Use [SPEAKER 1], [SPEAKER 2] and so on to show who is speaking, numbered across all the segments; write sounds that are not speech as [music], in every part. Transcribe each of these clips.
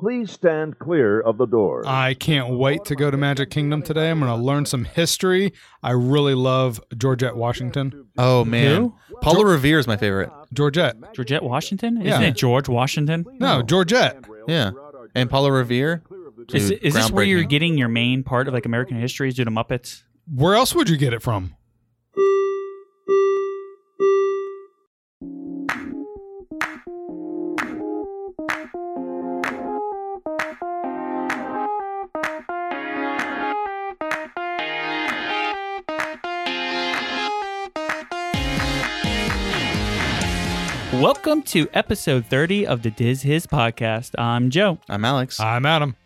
[SPEAKER 1] Please stand clear of the doors.
[SPEAKER 2] I can't wait to go to Magic Kingdom today. I'm going to learn some history. I really love Georgette Washington.
[SPEAKER 3] Oh man, Paula Revere is my favorite.
[SPEAKER 2] Georgette.
[SPEAKER 4] Georgette Washington? Isn't
[SPEAKER 2] Yeah.
[SPEAKER 4] it George Washington?
[SPEAKER 2] No, Georgette.
[SPEAKER 3] Yeah, and Paula Revere.
[SPEAKER 4] Is,
[SPEAKER 3] dude,
[SPEAKER 4] is this where
[SPEAKER 3] groundbreaking.
[SPEAKER 4] you're getting your main part of like American history is due to Muppets?
[SPEAKER 2] Where else would you get it from?
[SPEAKER 4] Welcome to episode 30 of the Diz His podcast. I'm Joe.
[SPEAKER 3] I'm Alex.
[SPEAKER 4] Uh,
[SPEAKER 2] I'm Adam.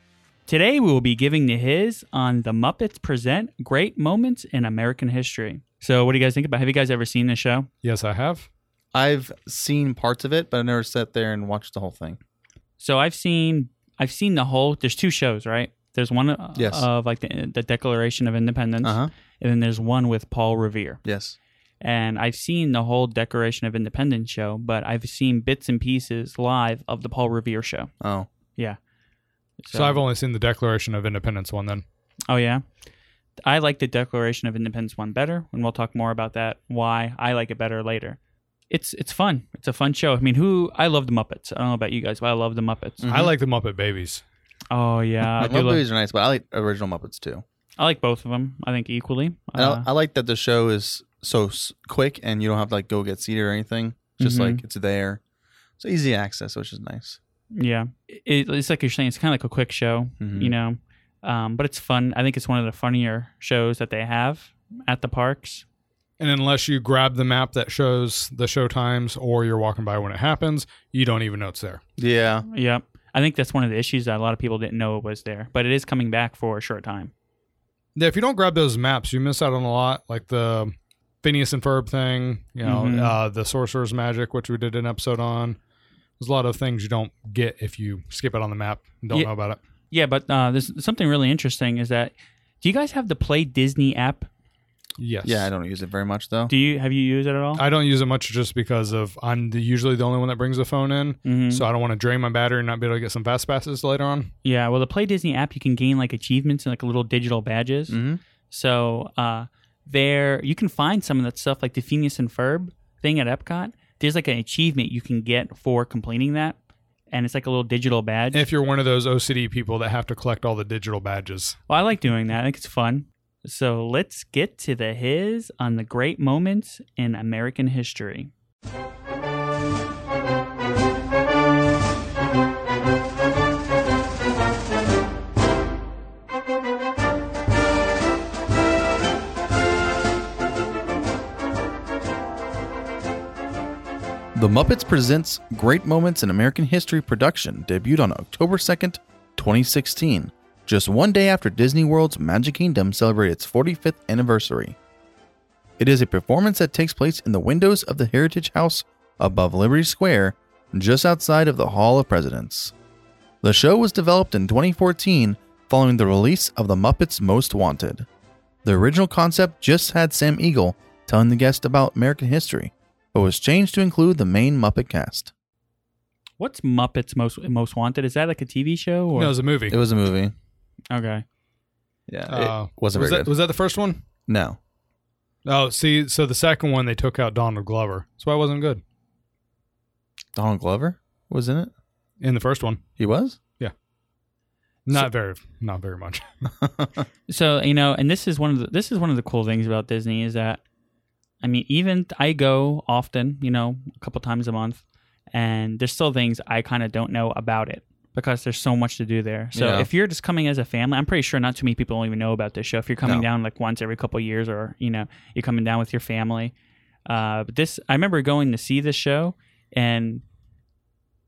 [SPEAKER 4] Today we will be giving the his on the Muppets present Great Moments in American History. So, what do you guys think about? Have you guys ever seen this show?
[SPEAKER 2] Yes, I have.
[SPEAKER 3] I've seen parts of it, but I never sat there and watched the whole thing.
[SPEAKER 4] So, I've seen I've seen the whole. There's two shows, right? There's one uh,
[SPEAKER 3] Yes.
[SPEAKER 4] of like the, the Declaration of Independence,
[SPEAKER 3] Uh huh.
[SPEAKER 4] and then there's one with Paul Revere.
[SPEAKER 3] Yes.
[SPEAKER 4] and I've seen the whole Declaration of Independence show, but I've seen bits and pieces live of the Paul Revere show.
[SPEAKER 3] Oh,
[SPEAKER 4] Yeah.
[SPEAKER 2] So I've only seen the Declaration of Independence one then.
[SPEAKER 4] Oh yeah. I like the Declaration of Independence one better, and we'll talk more about that why I like it better later. It's it's fun. It's a fun show. I mean, who I love the Muppets. I don't know about you guys, but I love the Muppets.
[SPEAKER 3] Mhm.
[SPEAKER 2] I like the Muppet Babies.
[SPEAKER 4] Oh yeah, I
[SPEAKER 3] Muppet
[SPEAKER 4] do love.
[SPEAKER 3] movies are nice, but I like original Muppets too.
[SPEAKER 4] I like both of them. I think equally.
[SPEAKER 3] And
[SPEAKER 4] Uh,
[SPEAKER 3] I, I like that the show is so s- quick, and you don't have to like go get seated or anything. It's Just
[SPEAKER 4] Mhm.
[SPEAKER 3] like it's there, it's easy access, which is nice.
[SPEAKER 4] yeah, it, it's like you're saying. It's kind of like a quick show.
[SPEAKER 2] Mm-hmm.
[SPEAKER 3] Mhm.
[SPEAKER 4] you know. Um, but it's fun. I think it's one of the funnier shows that they have at the parks.
[SPEAKER 2] And unless you grab the map that shows the show times or you're walking by when it happens, you don't even know it's there.
[SPEAKER 3] Yeah,
[SPEAKER 4] Yep. I think that's one of the issues that a lot of people didn't know it was there, but it is coming back for a short time.
[SPEAKER 2] Yeah, if you don't grab those maps, you miss out on a lot, like the Phineas and Ferb thing, you know,
[SPEAKER 3] Mm-hmm.
[SPEAKER 4] Mhm.
[SPEAKER 2] uh, the Sorcerer's Magic, which we did an episode on. There's a lot of things you don't get if you skip it on the map and don't
[SPEAKER 4] Yeah.
[SPEAKER 2] know about it.
[SPEAKER 4] Yeah, but uh, there's something really interesting is that do you guys have the Play Disney app?
[SPEAKER 2] Yes.
[SPEAKER 3] yeah. I don't use it very much though.
[SPEAKER 4] Do you have you used it at all?
[SPEAKER 2] I don't use it much just because of I'm the, usually the only one that brings the phone in,
[SPEAKER 4] Mhm.
[SPEAKER 3] Mm-hmm.
[SPEAKER 2] so I don't want to drain my battery and not be able to get some fast passes later on.
[SPEAKER 4] yeah, well, the Play Disney app you can gain like achievements and like little digital badges.
[SPEAKER 3] hmm
[SPEAKER 4] So uh, there, you can find some of that stuff, like the Phineas and Ferb thing at Epcot. There's like an achievement you can get for completing that, and it's like a little digital badge.
[SPEAKER 2] If you're one of those OCD people that have to collect all the digital badges,
[SPEAKER 4] well, I like doing that. I think it's fun. So let's get to the his on the great moments in American history.
[SPEAKER 3] The Muppets Presents Great Moments in American History production debuted on October 2nd, 2016, just one day after Disney World's Magic Kingdom celebrated its 45th anniversary. It is a performance that takes place in the windows of the Heritage House above Liberty Square, just outside of the Hall of Presidents. The show was developed in 2014 following the release of The Muppets Most Wanted. The original concept just had Sam Eagle telling the guest about American history, but was changed to include the main Muppet cast.
[SPEAKER 4] What's Muppets most most wanted? Is that like a TV show? Or?
[SPEAKER 2] no, it's a movie.
[SPEAKER 3] It was a movie.
[SPEAKER 4] okay.
[SPEAKER 3] Yeah,
[SPEAKER 2] Uh,
[SPEAKER 4] Oh.
[SPEAKER 3] it wasn't
[SPEAKER 2] was
[SPEAKER 3] very
[SPEAKER 2] that,
[SPEAKER 3] good.
[SPEAKER 2] was that the first one?
[SPEAKER 3] no,
[SPEAKER 2] Oh, see, so the second one they took out Donald Glover. That's why it wasn't good
[SPEAKER 3] Donald Glover was in it.
[SPEAKER 2] in the first one.
[SPEAKER 3] He was.
[SPEAKER 2] Not very, not very
[SPEAKER 3] [laughs]
[SPEAKER 2] much.
[SPEAKER 4] So you know, and this is one of the this is one of the cool things about Disney is that, I mean, even I go often, you know, a couple times a month, and there's still things I kind of don't know about it because there's so much to do there. So
[SPEAKER 3] Yeah.
[SPEAKER 4] if you're just coming as a family, I'm pretty sure not too many people even know about this show. If you're coming
[SPEAKER 3] No.
[SPEAKER 4] down like once every couple years, or you know, you're coming down with your family, uh, but this I remember going to see this show and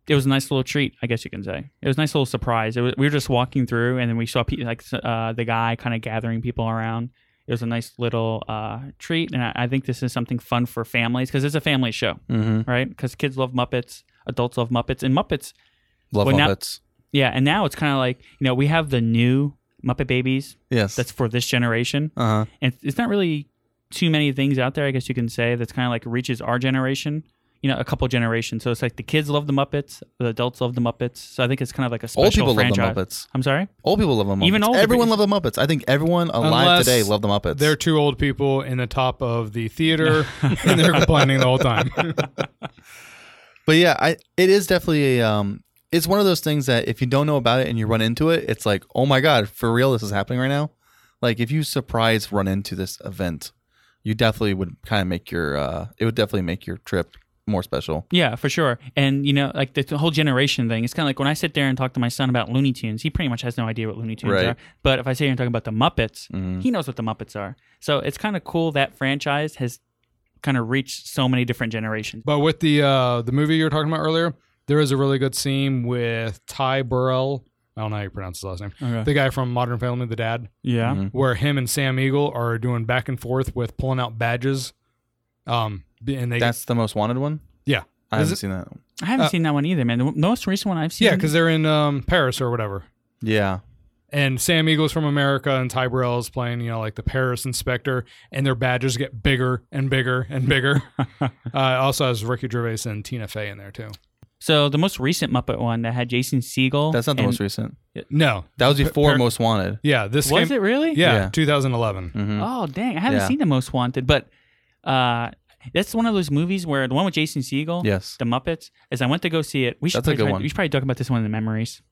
[SPEAKER 4] it was a nice little treat, I guess you can say. It was a nice little surprise. It was, we were just walking through, and then we saw pe- like uh, the guy kind of gathering people around. It was a nice little uh, treat, and I, I think this is something fun for families because it's a family show,
[SPEAKER 3] Mm-hmm.
[SPEAKER 4] right? Because kids love Muppets, adults love Muppets, and Muppets.
[SPEAKER 3] Love
[SPEAKER 4] Well, now-
[SPEAKER 3] Muppets.
[SPEAKER 4] Yeah, and now it's kind of like you know we have the new Muppet Babies
[SPEAKER 3] yes.
[SPEAKER 4] that's for this generation,
[SPEAKER 3] uh huh.
[SPEAKER 4] and it's not really too many things out there. I guess you can say that's kind of like reaches our generation. you know, a couple generations. So it's like the kids love the Muppets, the adults love the Muppets. So I think it's kind of like a special
[SPEAKER 3] Old people
[SPEAKER 4] franchise.
[SPEAKER 3] love the Muppets.
[SPEAKER 4] I'm sorry.
[SPEAKER 3] Old people love the Muppets.
[SPEAKER 4] Even older
[SPEAKER 3] everyone
[SPEAKER 4] people-
[SPEAKER 3] loved the Muppets. I think everyone alive
[SPEAKER 2] Unless
[SPEAKER 3] today loved the Muppets.
[SPEAKER 2] They're two old people in the top of the
[SPEAKER 3] [laughs]
[SPEAKER 2] theater, and they're complaining the whole time.
[SPEAKER 3] But yeah, I it is definitely a um it's one of those things that if you don't know about it and you run into it, it's like, "Oh my god, for real this is happening right now?" Like if you surprise run into this event, you definitely would kind of make your uh it would definitely make your trip more special.
[SPEAKER 4] Yeah, for sure. And you know, like the whole generation thing. It's kind of like when I sit there and talk to my son about Looney Tunes. He pretty much has no idea what Looney Tunes
[SPEAKER 3] Right.
[SPEAKER 4] are. But if I sit here and talk about the Muppets,
[SPEAKER 3] Mhm.
[SPEAKER 4] he knows what the Muppets are. So it's kind of cool that franchise has kind of reached so many different generations.
[SPEAKER 2] But with the uh, the movie you were talking about earlier, there is a really good scene with Ty Burrell. I don't know how you pronounce his last name.
[SPEAKER 4] Okay.
[SPEAKER 2] The guy from Modern Family, the dad,
[SPEAKER 4] yeah.
[SPEAKER 3] Mhm.
[SPEAKER 2] where him and Sam Eagle are doing back and forth with pulling out badges. Um, and they
[SPEAKER 3] That's the most wanted one?
[SPEAKER 2] yeah,
[SPEAKER 3] I
[SPEAKER 2] Is
[SPEAKER 3] haven't
[SPEAKER 2] it-
[SPEAKER 3] seen that.
[SPEAKER 4] I haven't
[SPEAKER 2] Uh,
[SPEAKER 4] seen that one either, man. The most recent one I've seen.
[SPEAKER 2] yeah, because they're in um, Paris or whatever.
[SPEAKER 3] Yeah.
[SPEAKER 2] and Sam Eagle's from America and Ty Burrell is playing, you know, like the Paris inspector, and their badges get bigger and bigger and
[SPEAKER 4] [laughs]
[SPEAKER 2] bigger. uh, it also has Ricky Gervais and Tina Fey in there too.
[SPEAKER 4] so the most recent Muppet one that had Jason Segel.
[SPEAKER 3] That's not the
[SPEAKER 4] and-
[SPEAKER 3] most recent.
[SPEAKER 2] No,
[SPEAKER 3] That was before
[SPEAKER 2] par-
[SPEAKER 3] most wanted.
[SPEAKER 2] yeah, this
[SPEAKER 4] Was
[SPEAKER 2] came,
[SPEAKER 4] it really?
[SPEAKER 2] Yeah,
[SPEAKER 3] Yeah.
[SPEAKER 2] 2011.
[SPEAKER 3] Mhm.
[SPEAKER 4] Oh dang! I haven't
[SPEAKER 3] Yeah.
[SPEAKER 4] seen the Most Wanted, but uh, that's one of those movies where the one with Jason
[SPEAKER 2] Oh.
[SPEAKER 4] Segel.
[SPEAKER 3] Yes.
[SPEAKER 4] The Muppets. As I went to go see it, we should
[SPEAKER 3] That's a
[SPEAKER 4] probably
[SPEAKER 3] good
[SPEAKER 4] try-
[SPEAKER 3] one.
[SPEAKER 4] we should probably talk about this one in the memories.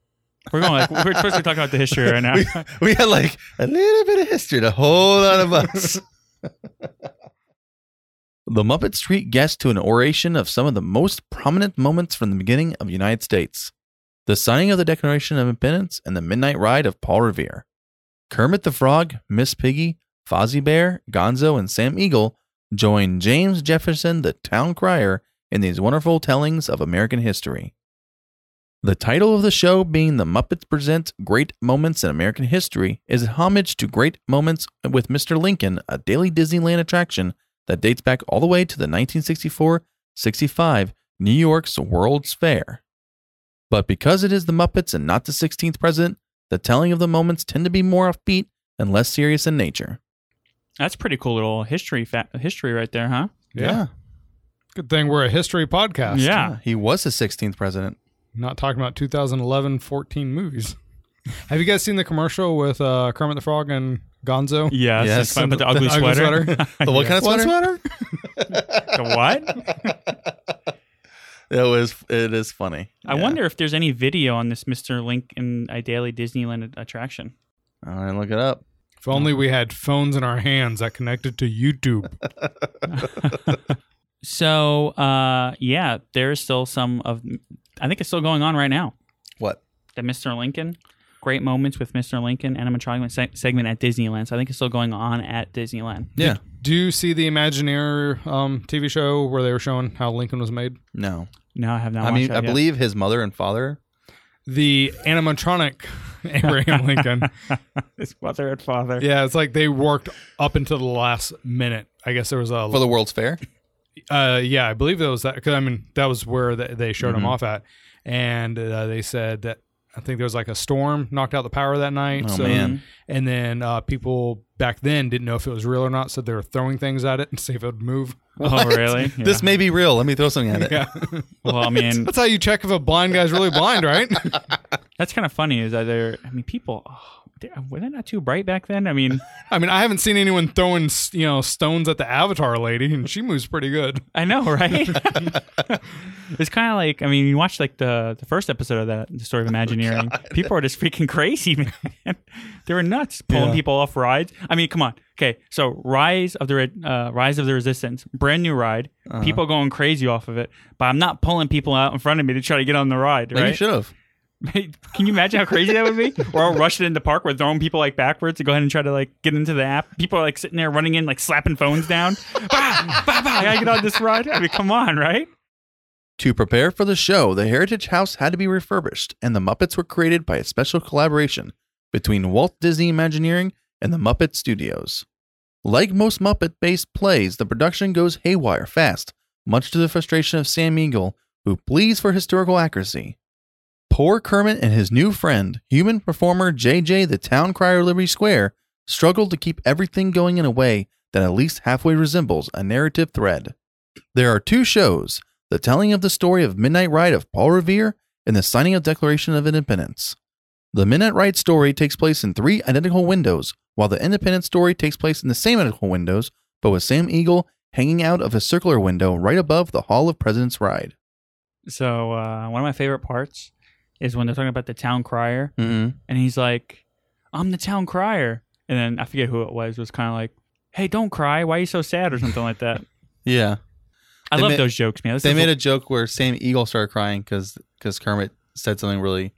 [SPEAKER 4] We're going like we're supposed to be talking about the history right now.
[SPEAKER 2] [laughs]
[SPEAKER 3] [laughs] we had like a little bit of history, the whole lot of us. the Muppet Street guests to an oration of some of the most prominent moments from the beginning of the United States the signing of the Declaration of Independence and the midnight ride of Paul Revere. Kermit the Frog, Miss Piggy, Fozzie Bear, Gonzo, and Sam Eagle join James Jefferson, the town crier, in these wonderful tellings of American history. The title of the show, being The Muppets Presents Great Moments in American History, is a homage to Great Moments with Mr. Lincoln, a daily Disneyland attraction that dates back all the way to the 1964 65 New York's World's Fair. But because it is the Muppets and not the 16th president, the telling of the moments tend to be more offbeat and less serious in nature.
[SPEAKER 4] That's pretty cool little history fa- history right there, huh?
[SPEAKER 2] Yeah. good thing we're a history podcast.
[SPEAKER 4] yeah.
[SPEAKER 3] Ah, He was the 16th
[SPEAKER 4] [laughs]
[SPEAKER 3] president.
[SPEAKER 2] not talking about 2011 14 movies. [laughs] Have you guys seen the commercial with uh, Kermit the Frog and Gonzo?
[SPEAKER 4] Yeah,
[SPEAKER 3] Yes,
[SPEAKER 4] yes, about the
[SPEAKER 3] the
[SPEAKER 4] ugly
[SPEAKER 2] ugly sweater.
[SPEAKER 4] sweater.
[SPEAKER 3] The what kind of
[SPEAKER 2] What
[SPEAKER 3] sweater?
[SPEAKER 4] [laughs] the what? [laughs]
[SPEAKER 3] It was. It is funny.
[SPEAKER 4] I
[SPEAKER 3] Yeah.
[SPEAKER 4] wonder if there's any video on this Mr. Lincoln I Daily Disneyland attraction.
[SPEAKER 3] All right, look it up.
[SPEAKER 2] If only we had phones in our hands that connected to YouTube.
[SPEAKER 4] So, uh, yeah, there is still some of. I think it's still going on right now.
[SPEAKER 3] What?
[SPEAKER 4] The Mr. Lincoln, great moments with Mr. Lincoln animatronic se- segment at Disneyland. So I think it's still going on at Disneyland.
[SPEAKER 3] Yeah.
[SPEAKER 2] Do you see the Imagineer um, TV show where they were showing how Lincoln was made?
[SPEAKER 3] No.
[SPEAKER 4] No, I have not.
[SPEAKER 3] I
[SPEAKER 4] watched
[SPEAKER 3] mean,
[SPEAKER 4] that
[SPEAKER 3] I
[SPEAKER 4] yet.
[SPEAKER 3] believe his mother and father.
[SPEAKER 2] The animatronic [laughs] Abraham
[SPEAKER 3] [laughs]
[SPEAKER 2] Lincoln.
[SPEAKER 4] his mother and father.
[SPEAKER 2] Yeah, it's like they worked up until the last minute. I guess there was a.
[SPEAKER 3] For the World's
[SPEAKER 4] [laughs]
[SPEAKER 3] Fair?
[SPEAKER 2] uh, yeah, I believe that was that. Because I mean, that was where th- they showed him
[SPEAKER 3] Mhm.
[SPEAKER 2] off at, and uh, they said that I think there was like a storm knocked out the power that night.
[SPEAKER 3] Oh,
[SPEAKER 2] so,
[SPEAKER 3] man.
[SPEAKER 2] And then uh, people back then didn't know if it was real or not, so they were throwing things at it [laughs] and see if it would move.
[SPEAKER 4] Oh, really? Yeah.
[SPEAKER 3] This may be real. Let me throw something
[SPEAKER 4] [laughs]
[SPEAKER 3] at it.
[SPEAKER 2] Yeah,
[SPEAKER 4] well, I mean,
[SPEAKER 2] that's how you check if a blind guy's really blind, right? [laughs]
[SPEAKER 4] that's kind of funny. Is either I mean, people oh, they- were they not too bright back then? I mean,
[SPEAKER 2] I mean, I haven't seen anyone throwing s- you know stones at the Avatar lady, and she moves pretty good.
[SPEAKER 4] I know,
[SPEAKER 3] [laughs]
[SPEAKER 4] right? it's kind of like I mean, you watch like the the first episode of that the story
[SPEAKER 3] [laughs] Oh,
[SPEAKER 4] of Imagineering. people are just freaking crazy, [laughs] man. they were nuts pulling
[SPEAKER 2] Yeah.
[SPEAKER 4] people off rides. I mean, come on. Okay, so Rise of the Re- uh, Rise of the Resistance, brand new ride.
[SPEAKER 3] Uh-huh.
[SPEAKER 4] People going crazy off of it, but I'm not pulling people out in front of me to try to get on the ride.
[SPEAKER 3] Like, You
[SPEAKER 4] Right?
[SPEAKER 3] should have.
[SPEAKER 4] Can you imagine how crazy that would be? We're all rushing in the park. We're throwing people like backwards to go ahead and try to like get into the app. People are like sitting there running in, like slapping phones down. [laughs] bah, bah, bah, I gotta get on this ride. I mean, come on, right?
[SPEAKER 3] To prepare for the show, the Heritage House had to be refurbished, and the Muppets were created by a special collaboration between Walt Disney Imagineering and the Muppet Studios. Like most Muppet based plays, the production goes haywire fast, much to the frustration of Sam Eagle, who pleads for historical accuracy. Poor Kermit and his new friend, human performer JJ the Town Crier of Liberty Square, struggle to keep everything going in a way that at least halfway resembles a narrative thread. There are two shows the telling of the story of Midnight Ride of Paul Revere and the signing of Declaration of Independence. The Midnight Ride story takes place in three identical windows, while the Independence story takes place in the same identical windows, but with Sam Eagle hanging out of a circular window right above the Hall of President's Ride.
[SPEAKER 4] So uh, one of my favorite parts is when they're talking about the town crier,
[SPEAKER 3] Mm-hmm.
[SPEAKER 4] and he's like, "I'm the town crier," and then I forget who it was was kind of like, "Hey, don't cry. Why are you so sad?" or something like that.
[SPEAKER 3] Yeah.
[SPEAKER 4] I
[SPEAKER 3] They
[SPEAKER 4] love
[SPEAKER 3] ma-
[SPEAKER 4] those jokes, man. This
[SPEAKER 3] they
[SPEAKER 4] is
[SPEAKER 3] made
[SPEAKER 4] a-
[SPEAKER 3] a joke where Sam Eagle started crying because Kermit said something really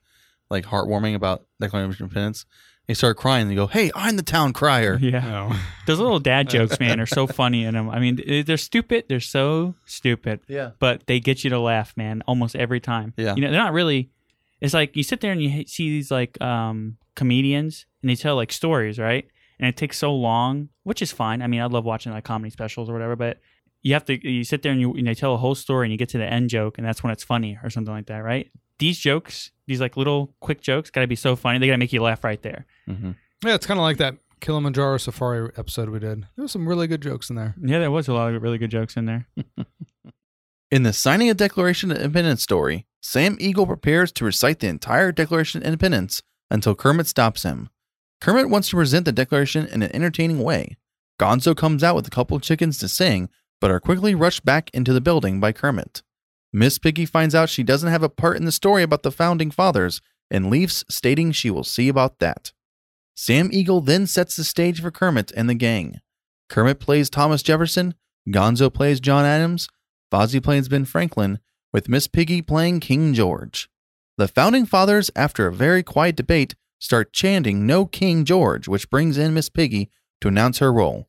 [SPEAKER 3] like heartwarming about Declaration of Independence. He started crying and they go, "Hey, I'm the town crier." [laughs]
[SPEAKER 4] [laughs] [laughs] yeah.
[SPEAKER 2] No.
[SPEAKER 4] Those little dad jokes, man, are so funny in them. I mean, th- they're stupid. They're so stupid,
[SPEAKER 3] Yeah,
[SPEAKER 4] but they get you to laugh, man, almost every time.
[SPEAKER 3] Yeah.
[SPEAKER 4] You know, they're not really. It's like you sit there and you h- see these like um, comedians and they tell like stories, right? And it takes so long, which is fine. I mean, I love watching like comedy specials or whatever, but you have to you sit there and you and they tell a whole story and you get to the end joke and that's when it's funny or something like that, right? These jokes, these like little quick jokes, got to be so funny. They got to make you laugh right there.
[SPEAKER 3] hmm
[SPEAKER 2] Yeah, it's kind of like that Kilimanjaro Safari episode we did. There were some really good jokes in there.
[SPEAKER 4] Yeah, there was a lot of really good jokes in there.
[SPEAKER 3] In the signing of Declaration of Independence story, Sam Eagle prepares to recite the entire Declaration of Independence until Kermit stops him. Kermit wants to present the Declaration in an entertaining way. Gonzo comes out with a couple of chickens to sing, but are quickly rushed back into the building by Kermit. Miss Piggy finds out she doesn't have a part in the story about the founding fathers and leaves, stating she will see about that. Sam Eagle then sets the stage for Kermit and the gang. Kermit plays Thomas Jefferson, Gonzo plays John Adams, Fozzie plays Ben Franklin, with Miss Piggy playing King George. The founding fathers, after a very quiet debate, start chanting No King George, which brings in Miss Piggy to announce her role.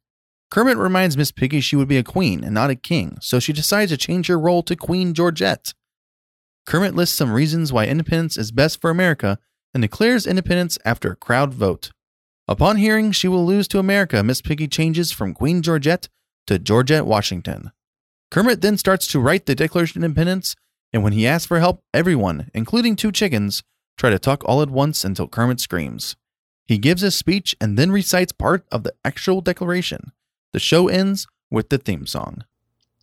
[SPEAKER 3] Kermit reminds Miss Piggy she would be a queen and not a king, so she decides to change her role to Queen Georgette. Kermit lists some reasons why independence is best for America and declares independence after a crowd vote. Upon hearing she will lose to America, Miss Piggy changes from Queen Georgette to Georgette Washington. Kermit then starts to write the Declaration of Independence, and when he asks for help, everyone, including two chickens, try to talk all at once until Kermit screams. He gives his speech and then recites part of the actual declaration. The show ends with the theme song.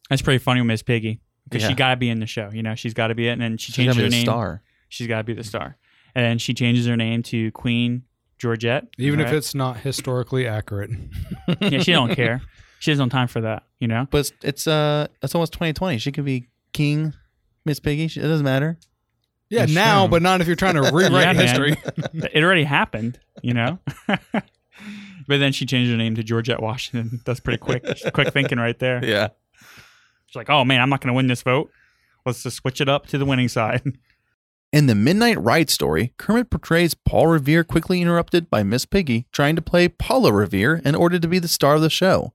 [SPEAKER 4] That's pretty funny with Miss Piggy because she
[SPEAKER 3] Yeah.
[SPEAKER 4] got to be in the show. You know, she's got to be it, and then she changes her name.
[SPEAKER 3] star.
[SPEAKER 4] She's got to be
[SPEAKER 3] Mm-hmm.
[SPEAKER 4] the star, and then she changes her name to Queen Georgette.
[SPEAKER 2] Even if
[SPEAKER 4] right?
[SPEAKER 2] it's not historically
[SPEAKER 4] [laughs]
[SPEAKER 2] accurate.
[SPEAKER 4] yeah,
[SPEAKER 3] [laughs]
[SPEAKER 4] she don't care. She has no time for that. You know,
[SPEAKER 3] But it's, it's uh it's almost 2020. She could be king, Miss Piggy. She- It doesn't matter.
[SPEAKER 2] Yeah,
[SPEAKER 3] That's
[SPEAKER 2] now,
[SPEAKER 3] true.
[SPEAKER 2] but not if you're trying to rewrite
[SPEAKER 4] [laughs] Yeah, man.
[SPEAKER 2] history.
[SPEAKER 4] it already happened. You know, [laughs] but then she changed her name to Georgette Washington. [laughs] That's pretty quick, quick thinking right there.
[SPEAKER 3] Yeah.
[SPEAKER 4] She's like, oh man, I'm not going to win this vote. Let's just switch it up to the winning side. [laughs]
[SPEAKER 3] In the Midnight Ride story, Kermit portrays Paul Revere quickly interrupted by Miss Piggy trying to play Paula Revere in order to be the star of the show.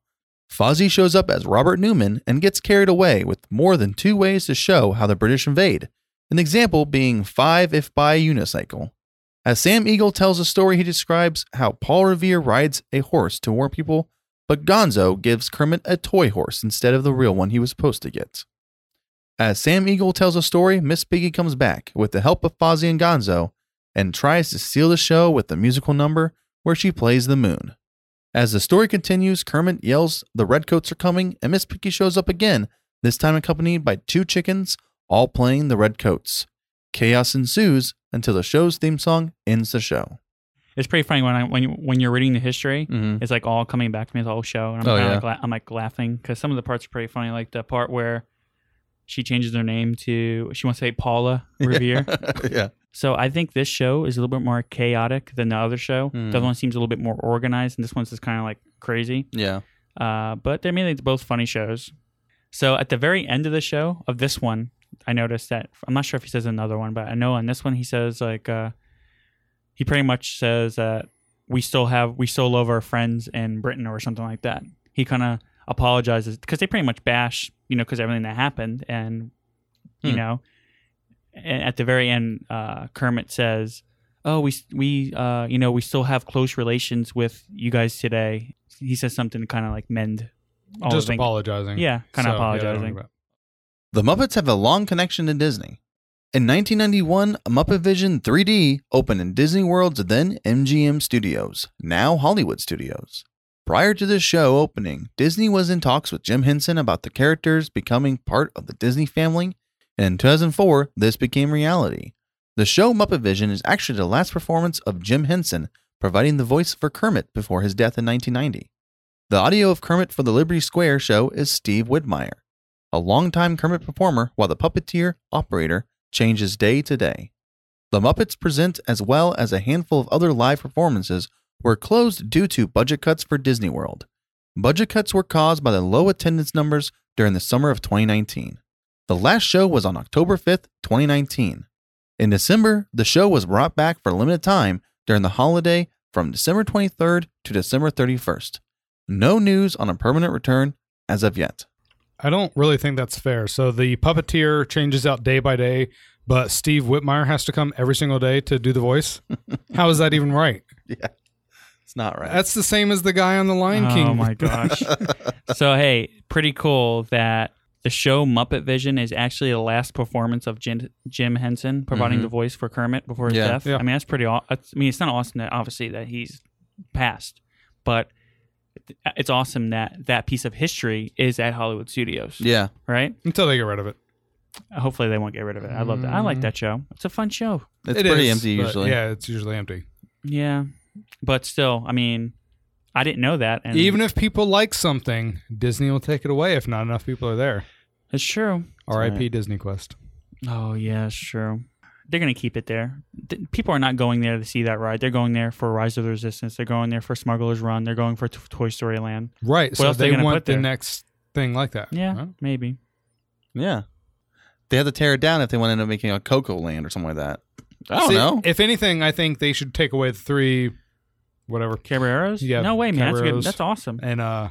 [SPEAKER 3] Fozzie shows up as Robert Newman and gets carried away with more than two ways to show how the British invade, an example being five if by unicycle. As Sam Eagle tells a story, he describes how Paul Revere rides a horse to warn people, but Gonzo gives Kermit a toy horse instead of the real one he was supposed to get. As Sam Eagle tells a story, Miss Piggy comes back with the help of Fozzie and Gonzo and tries to steal the show with the musical number where she plays the moon. As the story continues, Kermit yells, The Redcoats are coming, and Miss Piggy shows up again, this time accompanied by two chickens, all playing the Redcoats. Chaos ensues until the show's theme song ends the show.
[SPEAKER 4] It's pretty funny when I when you, when you're reading the history. [laughs]
[SPEAKER 3] Mm-hmm.
[SPEAKER 4] it's like all coming back to me the whole show, and I'm
[SPEAKER 3] Oh,
[SPEAKER 4] kind of
[SPEAKER 3] yeah.
[SPEAKER 4] like, la- I'm like laughing because some of the parts are pretty funny, like the part where she changes her name to she wants to
[SPEAKER 3] [laughs]
[SPEAKER 4] say Paula Revere.
[SPEAKER 3] yeah.
[SPEAKER 4] so I think this show is a little bit more chaotic than the other show.
[SPEAKER 3] Hmm.
[SPEAKER 4] The other one seems a little bit more organized, and this one's just kind of like crazy.
[SPEAKER 3] Yeah.
[SPEAKER 4] Uh, but they're mainly both funny shows. So at the very end of the show of this one, I noticed that I'm not sure if he says another one, but I know on this one he says like uh, he pretty much says that we still have we still love our friends in Britain or something like that. He kind of apologizes because they pretty much bash you know because everything that happened and you
[SPEAKER 3] Hmm.
[SPEAKER 4] know and at the very end uh, Kermit says. Oh, we we uh, you know we still have close relations with you guys today. He says something to kind of like mend. all the
[SPEAKER 2] Just
[SPEAKER 4] thing-
[SPEAKER 2] apologizing.
[SPEAKER 4] Yeah, kind
[SPEAKER 2] So, yeah, I
[SPEAKER 4] of
[SPEAKER 2] don't
[SPEAKER 4] apologizing.
[SPEAKER 2] know about-
[SPEAKER 3] The Muppets have a long connection to Disney. In 1991, Muppet Vision 3D opened in Disney World's then MGM Studios, now Hollywood Studios. Prior to this show opening, Disney was in talks with Jim Henson about the characters becoming part of the Disney family, and in 2004, this became reality. The show Muppet Vision is actually the last performance of Jim Henson providing the voice for Kermit before his death in 1990. The audio of Kermit for the Liberty Square show is Steve Widmeyer, a longtime Kermit performer, while the puppeteer operator changes day to day. The Muppets present as well as a handful of other live performances were closed due to budget cuts for Disney World. Budget cuts were caused by the low attendance numbers during the summer of 2019. The last show was on October 5th, 2019. In December, the show was brought back for a limited time during the holiday from December 23rd to December 31st. No news on a permanent return as of yet.
[SPEAKER 2] I don't really think that's fair. So the puppeteer changes out day by day, but Steve Whitmire has to come every single day to do the
[SPEAKER 4] [laughs]
[SPEAKER 2] voice. How is that even right?
[SPEAKER 3] It's not right.
[SPEAKER 2] That's the same as the guy on the Lion King.
[SPEAKER 4] Oh my gosh. so hey, pretty cool that the show Muppet Vision is actually the last performance of Jim, Jim Henson providing
[SPEAKER 3] Mhm.
[SPEAKER 4] the voice for Kermit before his
[SPEAKER 3] Yeah.
[SPEAKER 4] death.
[SPEAKER 2] Yeah.
[SPEAKER 4] I mean, that's pretty. aw- I mean, it's not awesome that obviously that he's passed, but it's awesome that that piece of history is at Hollywood Studios.
[SPEAKER 3] yeah.
[SPEAKER 4] Right.
[SPEAKER 2] Until they get rid of it.
[SPEAKER 4] Hopefully they won't get rid of it. I love that. I like that show. It's a fun show.
[SPEAKER 3] It's
[SPEAKER 2] It
[SPEAKER 3] pretty
[SPEAKER 2] is,
[SPEAKER 3] empty
[SPEAKER 2] but
[SPEAKER 3] usually.
[SPEAKER 2] Yeah, it's usually empty.
[SPEAKER 4] Yeah, but still, I mean, I didn't know that. And
[SPEAKER 2] Even if people like something, Disney will take it away if not enough people are there.
[SPEAKER 4] it's true.
[SPEAKER 2] R.I.P. Disney Quest.
[SPEAKER 4] Oh yeah, sure. They're gonna keep it there. Th- people are not going there to see that ride. They're going there for Rise of the Resistance. They're going there for Smuggler's Run. They're going for t- Toy Story Land.
[SPEAKER 2] Right. so
[SPEAKER 4] else they
[SPEAKER 2] they
[SPEAKER 4] gonna
[SPEAKER 2] want
[SPEAKER 4] put
[SPEAKER 2] the
[SPEAKER 4] there?
[SPEAKER 2] next thing like that.
[SPEAKER 4] Yeah,
[SPEAKER 2] Huh?
[SPEAKER 4] maybe.
[SPEAKER 3] Yeah. They had to tear it down if they want to end up making a Coco Land or something like that. I don't
[SPEAKER 2] See,
[SPEAKER 3] know.
[SPEAKER 2] If anything, I think they should take away the three, whatever,
[SPEAKER 4] Caballeros?
[SPEAKER 2] Yeah,
[SPEAKER 4] No way, man. That's good.
[SPEAKER 2] Caballeros.
[SPEAKER 4] That's awesome.
[SPEAKER 2] and uh,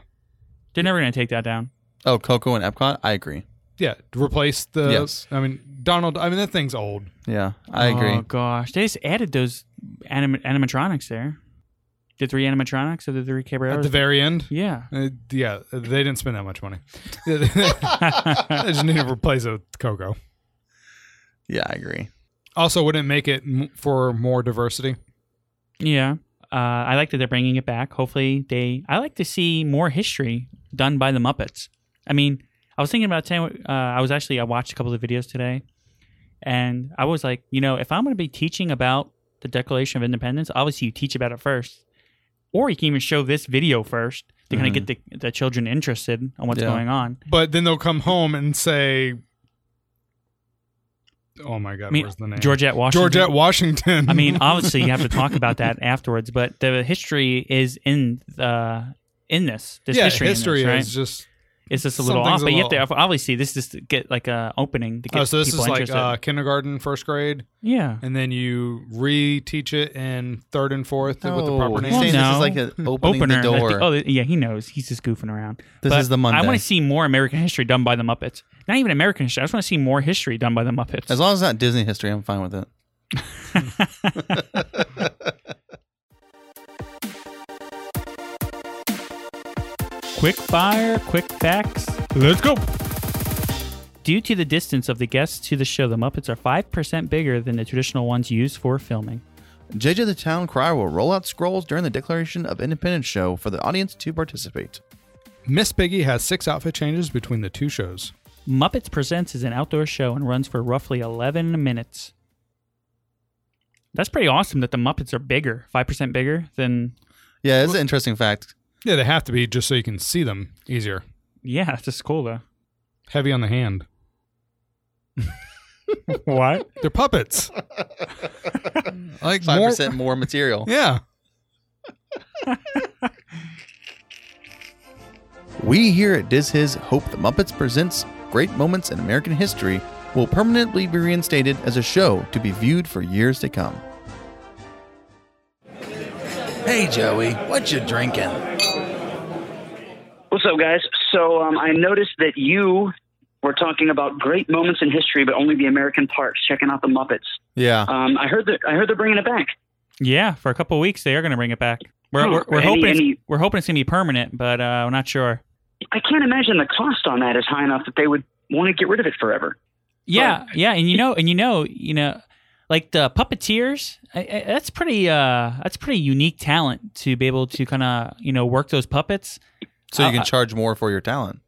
[SPEAKER 4] They're never gonna take that down.
[SPEAKER 3] oh, Coco and Epcot? I agree.
[SPEAKER 2] yeah, replace the.
[SPEAKER 3] Yes.
[SPEAKER 2] I mean, Donald. I mean, that thing's old.
[SPEAKER 3] Yeah, I agree.
[SPEAKER 2] Uh,
[SPEAKER 4] Oh gosh, they just added those anim- animatronics there. The three animatronics of the three
[SPEAKER 2] At
[SPEAKER 4] Caballeros.
[SPEAKER 2] the very end.
[SPEAKER 4] yeah.
[SPEAKER 2] Uh, yeah, they didn't spend that much money. [laughs] I just need to replace it with Coco.
[SPEAKER 3] yeah, I agree.
[SPEAKER 2] Also, wouldn't it make it m- for more diversity.
[SPEAKER 4] Yeah. Uh, I like that they're bringing it back. Hopefully, they. I like to see more history done by the Muppets. I mean, I was thinking about today. Uh, I was actually I watched a couple of videos today, and I was like, you know, if I'm going to be teaching about the Declaration of Independence, obviously you teach about it first, or you can even show this video first to kind of
[SPEAKER 2] Mm-hmm.
[SPEAKER 4] get the, the children interested on what's
[SPEAKER 3] Yeah.
[SPEAKER 4] going on.
[SPEAKER 2] But then they'll come home and say, "Oh my God,
[SPEAKER 4] I mean,
[SPEAKER 2] where's the name?"
[SPEAKER 4] Georgette Washington.
[SPEAKER 2] Georgette Washington.
[SPEAKER 4] I
[SPEAKER 2] [laughs]
[SPEAKER 4] mean, obviously, you have to talk about that afterwards, but the history is in the in this. This
[SPEAKER 2] yeah,
[SPEAKER 4] history, in this,
[SPEAKER 2] history
[SPEAKER 4] right?
[SPEAKER 2] is just.
[SPEAKER 4] It's just a little
[SPEAKER 2] Something's
[SPEAKER 4] off,
[SPEAKER 2] a
[SPEAKER 4] but you have
[SPEAKER 2] little-
[SPEAKER 4] to obviously this is to get like a opening to get
[SPEAKER 2] Oh, so this
[SPEAKER 4] people
[SPEAKER 2] is like
[SPEAKER 4] interested.
[SPEAKER 2] uh, kindergarten, first grade,
[SPEAKER 4] yeah,
[SPEAKER 2] and then you reteach it in third and fourth with the proper
[SPEAKER 3] he's
[SPEAKER 2] name.
[SPEAKER 3] saying
[SPEAKER 4] Oh, No. [laughs]
[SPEAKER 3] this is like a opening
[SPEAKER 4] opener.
[SPEAKER 3] the
[SPEAKER 4] I
[SPEAKER 3] door.
[SPEAKER 4] think- oh, yeah, he knows. He's just goofing around.
[SPEAKER 3] This
[SPEAKER 4] But
[SPEAKER 3] is the Monday.
[SPEAKER 4] I want to see more American history done by the Muppets. Not even American history. I just want to see more history done by the Muppets.
[SPEAKER 3] As long as it's not Disney history, I'm fine with it.
[SPEAKER 4] quick fire, quick facts.
[SPEAKER 2] Let's go.
[SPEAKER 4] Due to the distance of the guests to the show, the Muppets are five percent bigger than the traditional ones used for filming.
[SPEAKER 3] JJ the Town Crier will roll out scrolls during the Declaration of Independence show for the audience to participate.
[SPEAKER 2] Miss Piggy has six outfit changes between the two shows.
[SPEAKER 4] Muppets Presents is an outdoor show and runs for roughly 11 minutes. That's pretty awesome that the Muppets are bigger, 5% bigger than.
[SPEAKER 3] Yeah, it's an interesting fact.
[SPEAKER 2] Yeah, they have to be just so you can see them easier.
[SPEAKER 4] Yeah, [laughs] it's just cool though.
[SPEAKER 2] Heavy on the hand.
[SPEAKER 4] What?
[SPEAKER 2] They're
[SPEAKER 4] [laughs]
[SPEAKER 2] puppets. like
[SPEAKER 3] Five
[SPEAKER 2] more,
[SPEAKER 3] percent more
[SPEAKER 2] [laughs]
[SPEAKER 3] material.
[SPEAKER 2] Yeah.
[SPEAKER 3] We here at Diz His hope the Muppets Presents Great Moments in American History will permanently be reinstated as a show to be viewed for years to come. Hey Joey, what you drinking?
[SPEAKER 5] What's up, guys? So um, I noticed that you were talking about great moments in history, but only the American parts. Checking out the Muppets.
[SPEAKER 3] Yeah.
[SPEAKER 5] Um, I heard that I heard they're bringing it back.
[SPEAKER 4] Yeah, for a couple of weeks they are going to bring it back. We're,
[SPEAKER 5] Hmm.
[SPEAKER 4] we're, we're
[SPEAKER 5] Any-
[SPEAKER 4] hoping it's-
[SPEAKER 5] any-
[SPEAKER 4] we're hoping it's going to be permanent, but uh, we're not sure.
[SPEAKER 5] I can't imagine the cost on that is high enough that they would want to get rid of it forever.
[SPEAKER 4] Yeah, yeah, and you know, and you know, you know, like the puppeteers I, I, that's pretty uh that's pretty unique talent to be able to kind of you know work those puppets
[SPEAKER 3] So you
[SPEAKER 4] Uh,
[SPEAKER 3] can charge more for your talent.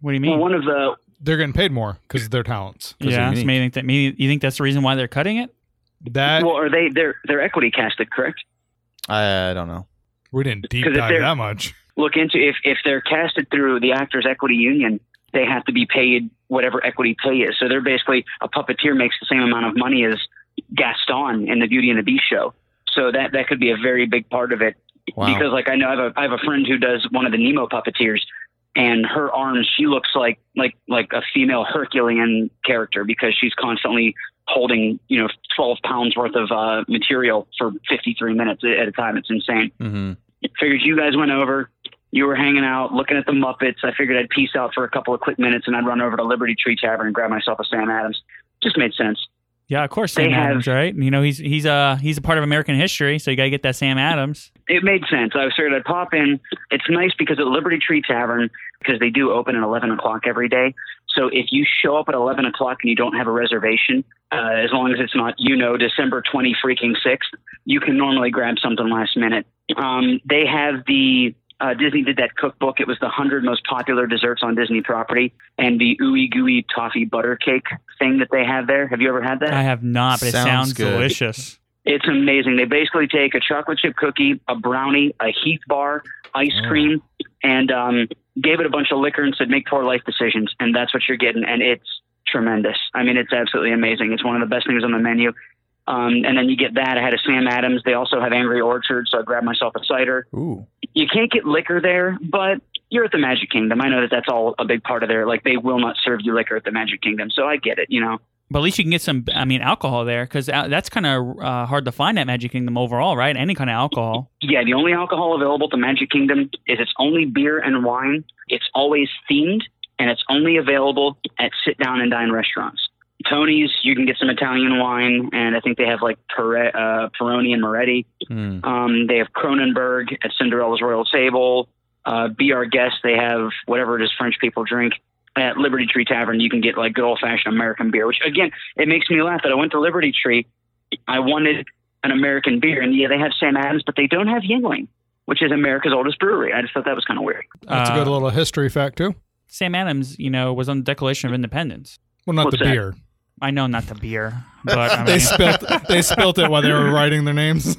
[SPEAKER 4] what do you mean
[SPEAKER 5] One of the
[SPEAKER 2] They're getting paid more because of their talents.
[SPEAKER 3] 'cause they're
[SPEAKER 4] yeah so
[SPEAKER 3] unique.
[SPEAKER 4] maybe you think that maybe you think that's the reason why they're cutting it
[SPEAKER 2] That
[SPEAKER 5] well, are they they're they're equity casted, correct?
[SPEAKER 3] I, I don't know.
[SPEAKER 2] we didn't deep
[SPEAKER 5] 'Cause if
[SPEAKER 2] dive
[SPEAKER 5] they're-
[SPEAKER 2] that much.
[SPEAKER 5] Look into if if they're casted through the Actors Equity Union, they have to be paid whatever equity pay is. So they're basically a puppeteer makes the same amount of money as Gaston in the Beauty and the Beast show. So that that could be a very big part of it.
[SPEAKER 3] Wow.
[SPEAKER 5] Because like I know I have a I have a friend who does one of the Nemo puppeteers and her arms she looks like like like a female Herculean character because she's constantly holding, you know, twelve pounds worth of uh, material for fifty three minutes at a time. It's insane.
[SPEAKER 3] hmm
[SPEAKER 5] Figured you guys went over, you were hanging out, looking at the Muppets. I figured I'd peace out for a couple of quick minutes and I'd run over to Liberty Tree Tavern and grab myself a Sam Adams. Just made sense.
[SPEAKER 4] yeah of course
[SPEAKER 5] They
[SPEAKER 4] sam
[SPEAKER 5] have-
[SPEAKER 4] adams right you know he's he's uh he's a part of american history so you gotta get that sam adams
[SPEAKER 5] it made sense. I figured I'd pop in. It's nice because at Liberty Tree Tavern, because they do open at 11 o'clock every day. So if you show up at 11 o'clock and you don't have a reservation, uh, as long as it's not, you know, December 20 freaking 6th, you can normally grab something last minute. Um, they have the. Uh, Disney did that cookbook. It was the 100 most popular desserts on Disney property and the ooey gooey toffee butter cake thing that they have there. Have you ever had that?
[SPEAKER 4] i have not but it
[SPEAKER 3] Sounds
[SPEAKER 4] sounds
[SPEAKER 3] good.
[SPEAKER 4] delicious
[SPEAKER 5] It's amazing. They basically take a chocolate chip cookie, a brownie, a Heath bar, ice
[SPEAKER 3] Oh.
[SPEAKER 5] cream, and um, gave it a bunch of liquor and said, make poor life decisions. And that's what you're getting. And it's tremendous. I mean, it's absolutely amazing. It's one of the best things on the menu. Um, and then you get that. I had a Sam Adams. They also have Angry Orchard, so I grabbed myself a cider.
[SPEAKER 3] Ooh.
[SPEAKER 5] You can't get liquor there, but you're at the Magic Kingdom. I know that that's all a big part of their, like, they will not serve you liquor at the Magic Kingdom. So I get it, you know.
[SPEAKER 4] but at least you can get some i mean alcohol there because that's kind of uh, hard to find at magic kingdom overall right any kind of alcohol
[SPEAKER 5] Yeah, the only alcohol available at the Magic Kingdom is it's only beer and wine. It's always themed, and it's only available at sit down and dine restaurants. Tony's, you can get some Italian wine, and I think they have like Pere, uh, Peroni and Moretti.
[SPEAKER 3] Hmm.
[SPEAKER 5] Um, they have Cronenberg at Cinderella's Royal Table. Uh, Be Our Guest, they have whatever it is French people drink. At Liberty Tree Tavern, you can get like good old fashioned American beer, which again, it makes me laugh that I went to Liberty Tree. I wanted an American beer, and yeah, they have Sam Adams, but they don't have Yingling, which is America's oldest brewery. I just thought that was kind of weird.
[SPEAKER 2] That's a
[SPEAKER 4] Uh,
[SPEAKER 2] good little history fact too.
[SPEAKER 4] sam adams you know was on the declaration of independence
[SPEAKER 2] Well, not
[SPEAKER 5] what's
[SPEAKER 2] the
[SPEAKER 5] that?
[SPEAKER 2] beer.
[SPEAKER 4] I know not the beer,
[SPEAKER 2] [laughs]
[SPEAKER 4] but I
[SPEAKER 2] They
[SPEAKER 4] mean,
[SPEAKER 2] spilt. they spilt it while they were writing their
[SPEAKER 4] [laughs]
[SPEAKER 2] names.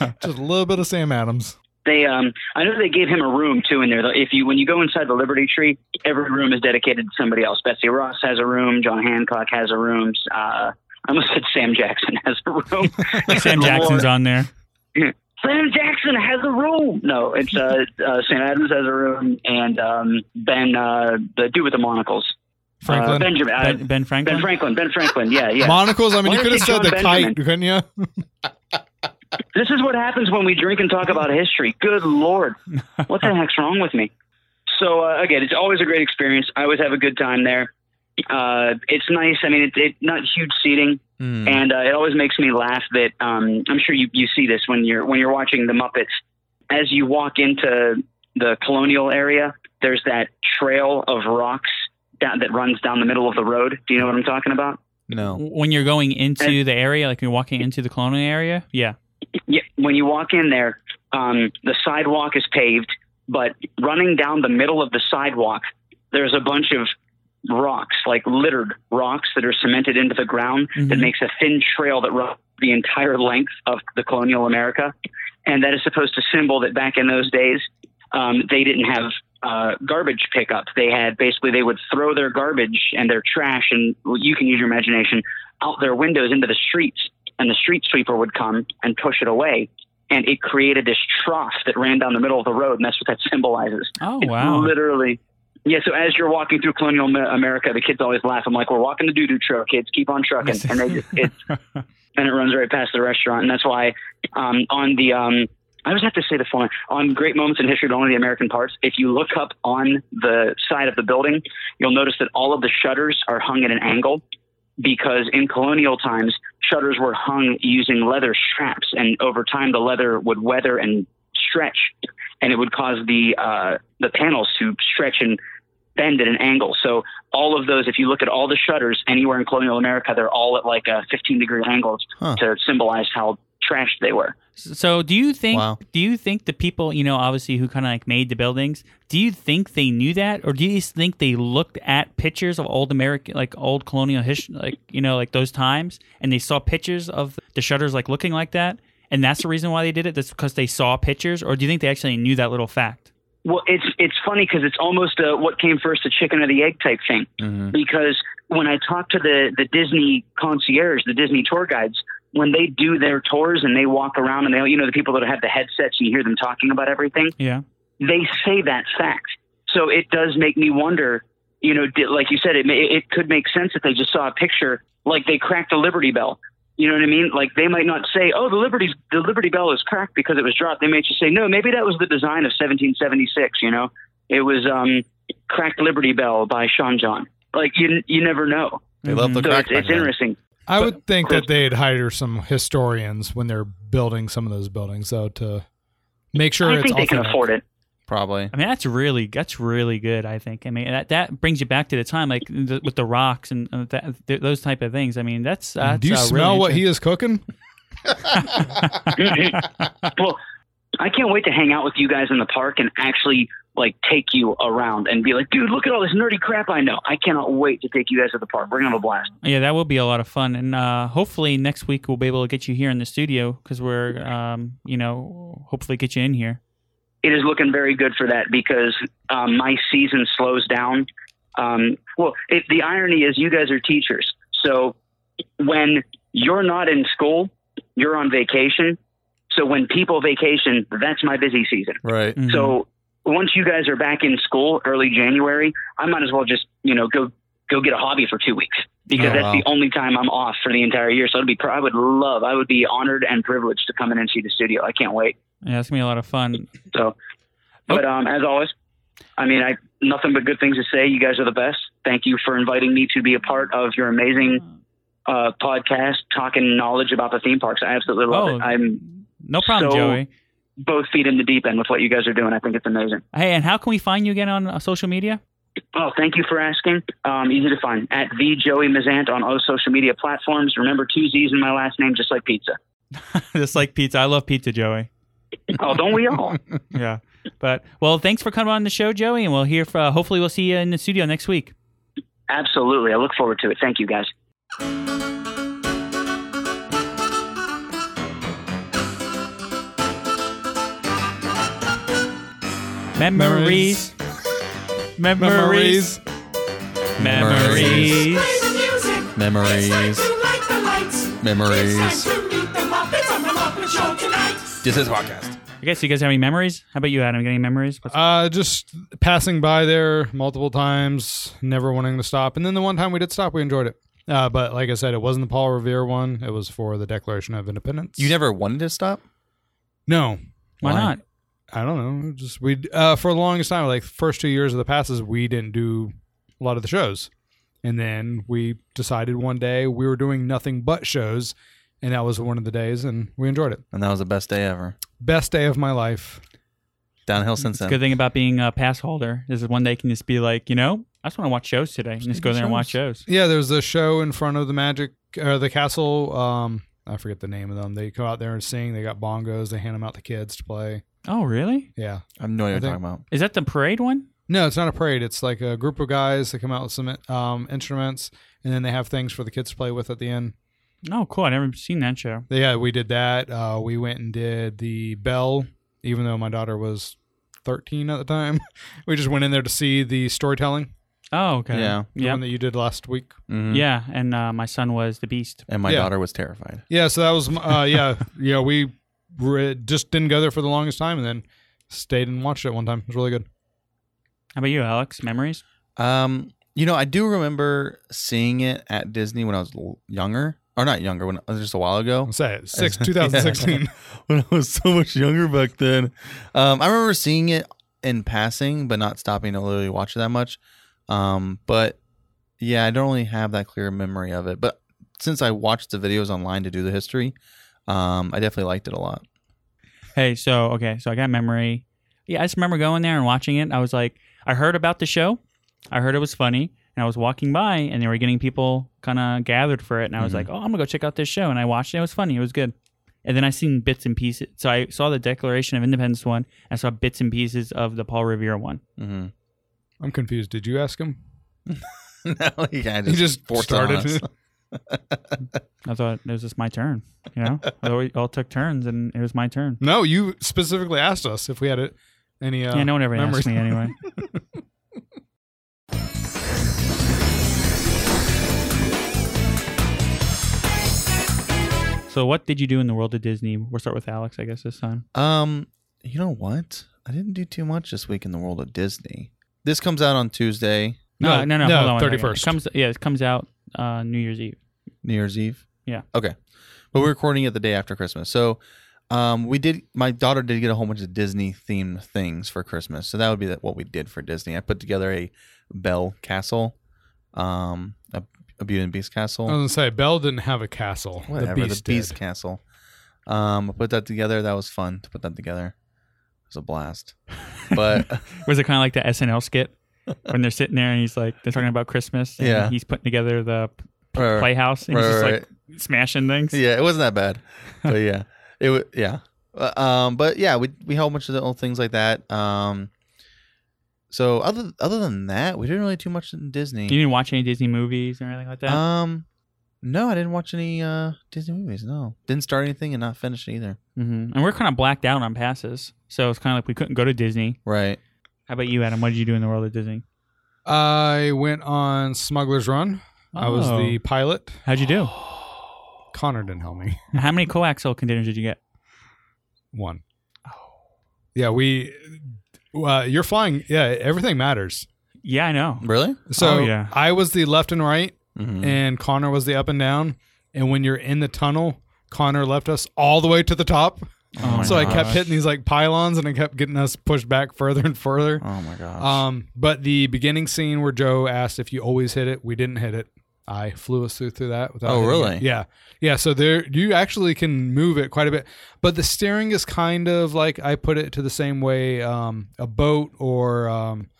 [SPEAKER 2] Just a little bit of Sam Adams.
[SPEAKER 5] They, um, I know they gave him a room too in there. Though, If you when you go inside the Liberty Tree, every room is dedicated to somebody else. Betsy Ross has a room. John Hancock has a room. Uh, I almost said Sam Jackson [laughs] has a room.
[SPEAKER 4] Sam Jackson's on there.
[SPEAKER 5] Sam Jackson has a room. No, it's uh, uh, Sam Adams has a room, and um, Ben, uh, the dude with the monocles, uh,
[SPEAKER 2] Franklin.
[SPEAKER 5] Benjamin, uh,
[SPEAKER 4] Ben, ben Franklin.
[SPEAKER 5] Ben Franklin, Ben Franklin. Yeah, yeah.
[SPEAKER 2] Monocles. I mean,
[SPEAKER 5] Why
[SPEAKER 2] you
[SPEAKER 5] don't
[SPEAKER 2] could have
[SPEAKER 5] they
[SPEAKER 2] said
[SPEAKER 5] John
[SPEAKER 2] the
[SPEAKER 5] Benjamin?
[SPEAKER 2] kite, couldn't you?
[SPEAKER 5] This is what happens when we drink and talk about history. Good lord, what the heck's wrong with me? So uh, again, it's always a great experience. I always have a good time there. Uh, it's nice. I mean, it's it, not huge seating,
[SPEAKER 3] Hmm.
[SPEAKER 5] and uh, it always makes me laugh that um, I'm sure you, you see this when you're when you're watching the Muppets. As you walk into the colonial area, there's that trail of rocks down, that runs down the middle of the road. Do you know what I'm talking about?
[SPEAKER 3] No.
[SPEAKER 4] When you're going into the area, like you're walking into the colonial area, yeah.
[SPEAKER 5] Yeah, when you walk in there, um, the sidewalk is paved, but running down the middle of the sidewalk, there's a bunch of rocks, like littered rocks that are cemented into the ground that
[SPEAKER 4] Mhm.
[SPEAKER 5] makes a thin trail that runs the entire length of the colonial America. And that is supposed to symbol that back in those days, um, they didn't have uh, garbage pickup. They had basically they would throw their garbage and their trash, and well, you can use your imagination, out their windows into the streets, and the street sweeper would come and push it away. And it created this trough that ran down the middle of the road, and that's what that symbolizes.
[SPEAKER 4] Oh
[SPEAKER 5] It's
[SPEAKER 4] wow.
[SPEAKER 5] Literally. Yeah, so as you're walking through colonial Amer- America, the kids always laugh. I'm like, we're walking the doo doo trail, kids. Keep on trucking. And they just, it, and it runs right past the restaurant. And that's why um, on the, um, I always have to say the following on Great Moments in History, but only the American parts. If you look up on the side of the building, you'll notice that all of the shutters are hung at an angle because in colonial times, shutters were hung using leather straps. And over time, the leather would weather and stretch, and it would cause the, uh, the panels to stretch and bend at an angle. So all of those, if you look at all the shutters anywhere in colonial America, they're all at like a 15 degree angles
[SPEAKER 3] Huh.
[SPEAKER 5] to symbolize how trashed they were.
[SPEAKER 4] So do you think
[SPEAKER 3] Wow.
[SPEAKER 4] do you think the people, you know, obviously who kind of like made the buildings, do you think they knew that or do you think they looked at pictures of old American like old colonial history like you know like those times and they saw pictures of the shutters like looking like that and that's the reason why they did it? That's because they saw pictures or do you think they actually knew that little fact?
[SPEAKER 5] Well, it's it's funny because it's almost a what came first, the chicken or the egg type thing.
[SPEAKER 3] Mhm.
[SPEAKER 5] Because when I talk to the the Disney concierge, the Disney tour guides, when they do their tours and they walk around and they you know the people that have the headsets and you hear them talking about everything,
[SPEAKER 4] Yeah.
[SPEAKER 5] they say that fact. So it does make me wonder. You know, did, like you said, it may, it could make sense if they just saw a picture, like they cracked the Liberty Bell. You know what I mean? Like they might not say, "Oh, the Liberty the Liberty Bell is cracked because it was dropped." They may just say, "No, maybe that was the design of 1776." You know, it was um, cracked Liberty Bell by Sean John. Like you, you never know.
[SPEAKER 3] They love the
[SPEAKER 5] So
[SPEAKER 3] crack.
[SPEAKER 5] it's, it's
[SPEAKER 3] back then.
[SPEAKER 5] interesting.
[SPEAKER 2] I would think that they'd hire some historians when they're building some of those buildings, though, to make sure
[SPEAKER 5] I
[SPEAKER 2] it's
[SPEAKER 5] think they can
[SPEAKER 2] authentic.
[SPEAKER 5] afford it.
[SPEAKER 3] Probably.
[SPEAKER 4] I mean, that's really that's really good. I think. I mean, that that brings you back to the time, like the, with the rocks and uh, that, th- those type of things. I mean, that's,
[SPEAKER 2] And
[SPEAKER 4] that's
[SPEAKER 2] Do you
[SPEAKER 4] uh, really
[SPEAKER 2] smell what
[SPEAKER 4] interesting.
[SPEAKER 2] he is cooking?
[SPEAKER 5] well, I can't wait to hang out with you guys in the park and actually like take you around and be like, dude, look at all this nerdy crap I know. I cannot wait to take you guys to the park. We're gonna have a blast.
[SPEAKER 4] Yeah, that will be a lot of fun, and uh, hopefully next week we'll be able to get you here in the studio because we're, um, you know, hopefully get you in here.
[SPEAKER 5] It is looking very good for that because um, my season slows down. Um, well, it, the irony is you guys are teachers, so when you're not in school, you're on vacation. So when people vacation, that's my busy season.
[SPEAKER 3] right.
[SPEAKER 4] Mhm.
[SPEAKER 5] So once you guys are back in school early January, I might as well just you know go go get a hobby for two weeks because
[SPEAKER 3] Oh,
[SPEAKER 5] that's
[SPEAKER 3] wow.
[SPEAKER 5] the only time I'm off for the entire year. So it'd be pr- I would love I would be honored and privileged to come in and see the studio. I can't wait.
[SPEAKER 4] yeah, it's gonna be a lot of fun.
[SPEAKER 5] So, but
[SPEAKER 3] Oh.
[SPEAKER 5] um, as always, I mean I nothing but good things to say. You guys are the best. Thank you for inviting me to be a part of your amazing uh, podcast, talking knowledge about the theme parks. I absolutely love
[SPEAKER 4] Oh.
[SPEAKER 5] it. I'm
[SPEAKER 4] No problem,
[SPEAKER 5] So-
[SPEAKER 4] Joey.
[SPEAKER 5] both feet in the deep end with what you guys are doing. I think it's amazing.
[SPEAKER 4] Hey, and how can we find you again on uh, social media? [laughs]
[SPEAKER 5] Oh, thank you for asking. Um, easy to find at the Joey Mazant on all social media platforms. Remember two Z's in my last name, just like pizza.
[SPEAKER 4] Just like pizza, I love pizza, Joey.
[SPEAKER 5] Oh, don't we all?
[SPEAKER 4] Yeah, but well, thanks for coming on the show, Joey, and we'll hear. For, uh, hopefully, we'll see you in the studio next week.
[SPEAKER 5] Absolutely. I look forward to it. Thank you, guys.
[SPEAKER 4] Memories. Memories.
[SPEAKER 3] Memories.
[SPEAKER 4] Memories.
[SPEAKER 6] Play the music.
[SPEAKER 3] Memories.
[SPEAKER 6] It's time to light the lights.
[SPEAKER 3] Memories.
[SPEAKER 6] It's time to meet the Muppets on the Muppet Show tonight.
[SPEAKER 3] This is podcast.
[SPEAKER 4] I guess you guys have any memories? How about you, Adam? Got any memories? What's-
[SPEAKER 2] Uh, just passing by there multiple times, never wanting to stop. And then the one time we did stop, we enjoyed it. Uh, but like I said, it wasn't the Paul Revere one. It was for the Declaration of Independence.
[SPEAKER 3] You never wanted to stop?
[SPEAKER 2] No,
[SPEAKER 4] Why
[SPEAKER 3] Why?
[SPEAKER 4] not?
[SPEAKER 2] I don't know. Just we uh, for the longest time, like the first two years of the passes, we didn't do a lot of the shows, and then we decided one day we were doing nothing but shows, and that was one of the days, and we enjoyed it.
[SPEAKER 3] And that was the best day ever.
[SPEAKER 2] Best day of my life.
[SPEAKER 3] Downhill since
[SPEAKER 4] It's a
[SPEAKER 3] then.
[SPEAKER 4] good thing about being a pass holder is that one day you can just be like, you know, I just want to watch shows today. And just go there and watch shows.
[SPEAKER 2] Yeah, there was a show in front of the magic or the castle. Um, I forget the name of them. They go out there and sing. They got bongos. They hand them out to kids to play.
[SPEAKER 4] Oh, really?
[SPEAKER 2] Yeah.
[SPEAKER 3] I have
[SPEAKER 2] I
[SPEAKER 3] no idea what you're
[SPEAKER 2] think-
[SPEAKER 3] talking about.
[SPEAKER 4] Is that the parade one?
[SPEAKER 2] No, it's not a parade. It's like a group of guys that come out with some um, instruments, and then they have things for the kids to play with at the end.
[SPEAKER 4] Oh, cool. I never seen that show.
[SPEAKER 2] Yeah, we did that. Uh, we went and did the bell, even though my daughter was 13 at the time. [laughs] we just went in there to see the storytelling,
[SPEAKER 4] Oh, okay.
[SPEAKER 3] Yeah.
[SPEAKER 2] the
[SPEAKER 4] Yeah.
[SPEAKER 2] one that you did last week.
[SPEAKER 3] Mhm.
[SPEAKER 4] Yeah. And uh, my son was the beast.
[SPEAKER 3] And my
[SPEAKER 2] Yeah.
[SPEAKER 3] daughter was terrified.
[SPEAKER 2] Yeah, so that was, m- uh, yeah, yeah, we re- just didn't go there for the longest time and then stayed and watched it one time. It was really good.
[SPEAKER 4] How about you, Alex? Memories?
[SPEAKER 3] Um, you know, I do remember seeing it at Disney when I was l- younger, or not younger, when uh, just a while ago.
[SPEAKER 2] I'll say it.
[SPEAKER 4] [laughs]
[SPEAKER 2] Six,
[SPEAKER 3] [laughs]
[SPEAKER 2] 2016.
[SPEAKER 3] when I was so much younger back then. Um, I remember seeing it in passing, but not stopping to literally watch it that much. Um, but yeah, I don't really have that clear memory of it. But since I watched the videos online to do the history, um, I definitely liked it a lot.
[SPEAKER 4] Hey, so, okay. So I got memory. Yeah, I just remember going there and watching it. I was like, I heard about the show. I heard it was funny, and I was walking by, and they were getting people kind of gathered for it, and I was like, "Oh, I'm gonna go check out this show." And I watched it; it was funny, it was good. And then I seen bits and pieces. So I saw the Declaration of Independence one. I saw bits and pieces of the Paul Revere one.
[SPEAKER 3] Mm-hmm. [laughs]
[SPEAKER 2] I'm confused. Did you ask him?
[SPEAKER 3] no, he kind
[SPEAKER 2] He
[SPEAKER 3] of
[SPEAKER 2] just [laughs] started.
[SPEAKER 4] I thought it was just my turn. You know, we all took turns, and it was my turn.
[SPEAKER 2] No, you specifically asked us if we had it, any. Uh,
[SPEAKER 4] yeah, no one ever
[SPEAKER 2] memories.
[SPEAKER 4] asked me anyway.
[SPEAKER 2] [laughs]
[SPEAKER 4] so, what did you do in the world of Disney? We'll start with Alex, I guess, this time.
[SPEAKER 3] Um, you know what? I didn't do too much this week in the world of Disney. This comes out on Tuesday,
[SPEAKER 2] No,
[SPEAKER 4] no, no.
[SPEAKER 2] no,
[SPEAKER 4] hold on one second.
[SPEAKER 2] 31st.
[SPEAKER 4] It comes, yeah, it comes out uh, New Year's Eve.
[SPEAKER 3] New Year's Eve.
[SPEAKER 4] Yeah.
[SPEAKER 3] Okay. But we're recording it the day after Christmas. So um, we did, my daughter did get a whole bunch of Disney themed things for Christmas. So that would be that, what we did for Disney. I put together a Bell Castle, um, a, a Beauty and the Beast Castle.
[SPEAKER 2] I was gonna say Belle didn't have a castle.
[SPEAKER 3] whatever
[SPEAKER 2] the Oh, beast, did.
[SPEAKER 3] castle um i put that together that was fun to put that together it was a blast but
[SPEAKER 4] Was it kind of like the SNL skit when they're sitting there and he's like, they're talking about Christmas? And
[SPEAKER 3] Yeah.
[SPEAKER 4] He's putting together the
[SPEAKER 3] or-
[SPEAKER 4] playhouse and he's just like smashing
[SPEAKER 3] [laughs]
[SPEAKER 4] things.
[SPEAKER 3] yeah it wasn't that bad but yeah it was yeah Uh, um but yeah we we held a bunch of little things like that um so other other than that we didn't really do much in disney
[SPEAKER 4] You didn't watch any Disney movies or anything like that?
[SPEAKER 3] um no i didn't watch any uh disney movies no didn't start anything and not finish either
[SPEAKER 4] hmm And we're kind of blacked out on passes, so it's kind of like we couldn't go to Disney.
[SPEAKER 3] right
[SPEAKER 4] How about you, Adam? What did you do in the world of Disney?
[SPEAKER 2] I went on Smuggler's Run. I was
[SPEAKER 4] Oh.
[SPEAKER 2] the pilot.
[SPEAKER 4] How'd
[SPEAKER 3] [gasps]
[SPEAKER 4] you do?
[SPEAKER 2] Connor didn't help me. [laughs]
[SPEAKER 4] How many coaxial containers did you get?
[SPEAKER 2] One.
[SPEAKER 4] Oh.
[SPEAKER 2] Yeah, we. Uh, you're flying. Yeah, everything matters.
[SPEAKER 4] Yeah, I know.
[SPEAKER 3] really
[SPEAKER 2] So
[SPEAKER 4] Oh, yeah.
[SPEAKER 2] I was the left and right,
[SPEAKER 3] Mhm.
[SPEAKER 2] and Connor was the up and down. And when you're in the tunnel, Connor left us all the way to the top.
[SPEAKER 3] um,
[SPEAKER 4] Oh my
[SPEAKER 2] so I kept
[SPEAKER 4] gosh.
[SPEAKER 2] hitting these like pylons, and it kept getting us pushed back further and further.
[SPEAKER 3] oh my gosh
[SPEAKER 2] Um, but the beginning scene where Joe asked if you always hit it, we didn't hit it. I flew us through through that. Without
[SPEAKER 3] Oh,
[SPEAKER 2] hitting
[SPEAKER 3] really?
[SPEAKER 2] it. Yeah, yeah. So there, you actually can move it quite a bit, but the steering is kind of like I put it to the same way um, a boat or um,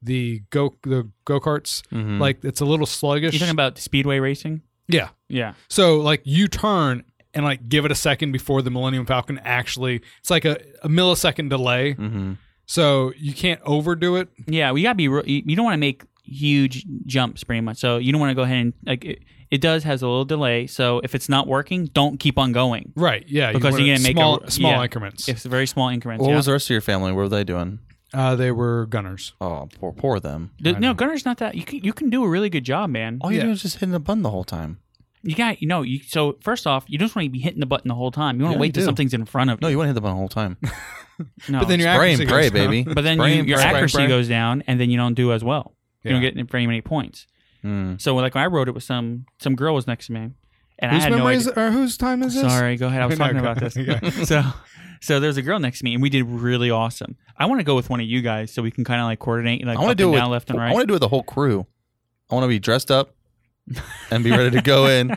[SPEAKER 2] the go the go karts.
[SPEAKER 3] Mhm.
[SPEAKER 2] Like it's a little sluggish.
[SPEAKER 4] You talking about speedway racing?
[SPEAKER 2] yeah.
[SPEAKER 4] Yeah.
[SPEAKER 2] So like you turn and like give it a second before the Millennium Falcon actually. It's like a, a millisecond delay.
[SPEAKER 3] Mhm.
[SPEAKER 2] So you can't overdo it.
[SPEAKER 4] Yeah, we gotta be. Real, you you don't want to make huge jumps, pretty much. So you don't want to go ahead and like it, it does has a little delay. So if it's not working, don't keep on going.
[SPEAKER 2] Right. Yeah.
[SPEAKER 4] Because
[SPEAKER 2] want
[SPEAKER 4] you're
[SPEAKER 2] it
[SPEAKER 4] gonna make
[SPEAKER 2] small
[SPEAKER 4] a-
[SPEAKER 2] small
[SPEAKER 4] yeah.
[SPEAKER 2] increments.
[SPEAKER 4] It's very small increments.
[SPEAKER 3] What
[SPEAKER 4] yeah.
[SPEAKER 3] was the rest of your family? What were they doing?
[SPEAKER 2] Uh, they were gunners.
[SPEAKER 3] Oh, poor, poor them.
[SPEAKER 4] The- no, Gunner's not that. You can you can do a really good job, man.
[SPEAKER 3] All you're
[SPEAKER 2] Yeah.
[SPEAKER 3] doing is just hitting the button the whole time.
[SPEAKER 4] You got you know you. So first off, you just want to be hitting the button the whole time. You want to
[SPEAKER 3] Yeah, you
[SPEAKER 4] wait till
[SPEAKER 3] do.
[SPEAKER 4] something's in front of
[SPEAKER 3] No,
[SPEAKER 4] you.
[SPEAKER 3] you want to hit the button the whole time.
[SPEAKER 4] No,
[SPEAKER 2] But then your
[SPEAKER 3] Pray
[SPEAKER 2] accuracy
[SPEAKER 3] and pray,
[SPEAKER 2] goes down.
[SPEAKER 3] baby.
[SPEAKER 4] but then you,
[SPEAKER 3] Spray and
[SPEAKER 4] your
[SPEAKER 3] pray.
[SPEAKER 4] accuracy
[SPEAKER 3] Spray and pray.
[SPEAKER 4] goes down, and then you don't do as well. You don't
[SPEAKER 2] Yeah.
[SPEAKER 4] get very many points.
[SPEAKER 3] Mm.
[SPEAKER 4] So like when I rode it with some some girl was next to me, and I
[SPEAKER 2] Whose
[SPEAKER 4] had no
[SPEAKER 2] memory
[SPEAKER 4] idea.
[SPEAKER 2] is or whose time is this?
[SPEAKER 4] Sorry, go ahead. I was
[SPEAKER 2] No,
[SPEAKER 4] talking
[SPEAKER 2] go-
[SPEAKER 4] about this.
[SPEAKER 2] yeah.
[SPEAKER 4] [laughs] So so there's a girl next to me, and we did really awesome. I want to go with one of you guys so we can kind of like coordinate, like
[SPEAKER 3] I want
[SPEAKER 4] up
[SPEAKER 3] to do
[SPEAKER 4] and
[SPEAKER 3] it
[SPEAKER 4] down,
[SPEAKER 3] with,
[SPEAKER 4] left and
[SPEAKER 3] I
[SPEAKER 4] right.
[SPEAKER 3] want to do it with the whole crew. I want to be dressed up and be ready to go
[SPEAKER 4] [laughs]
[SPEAKER 3] in.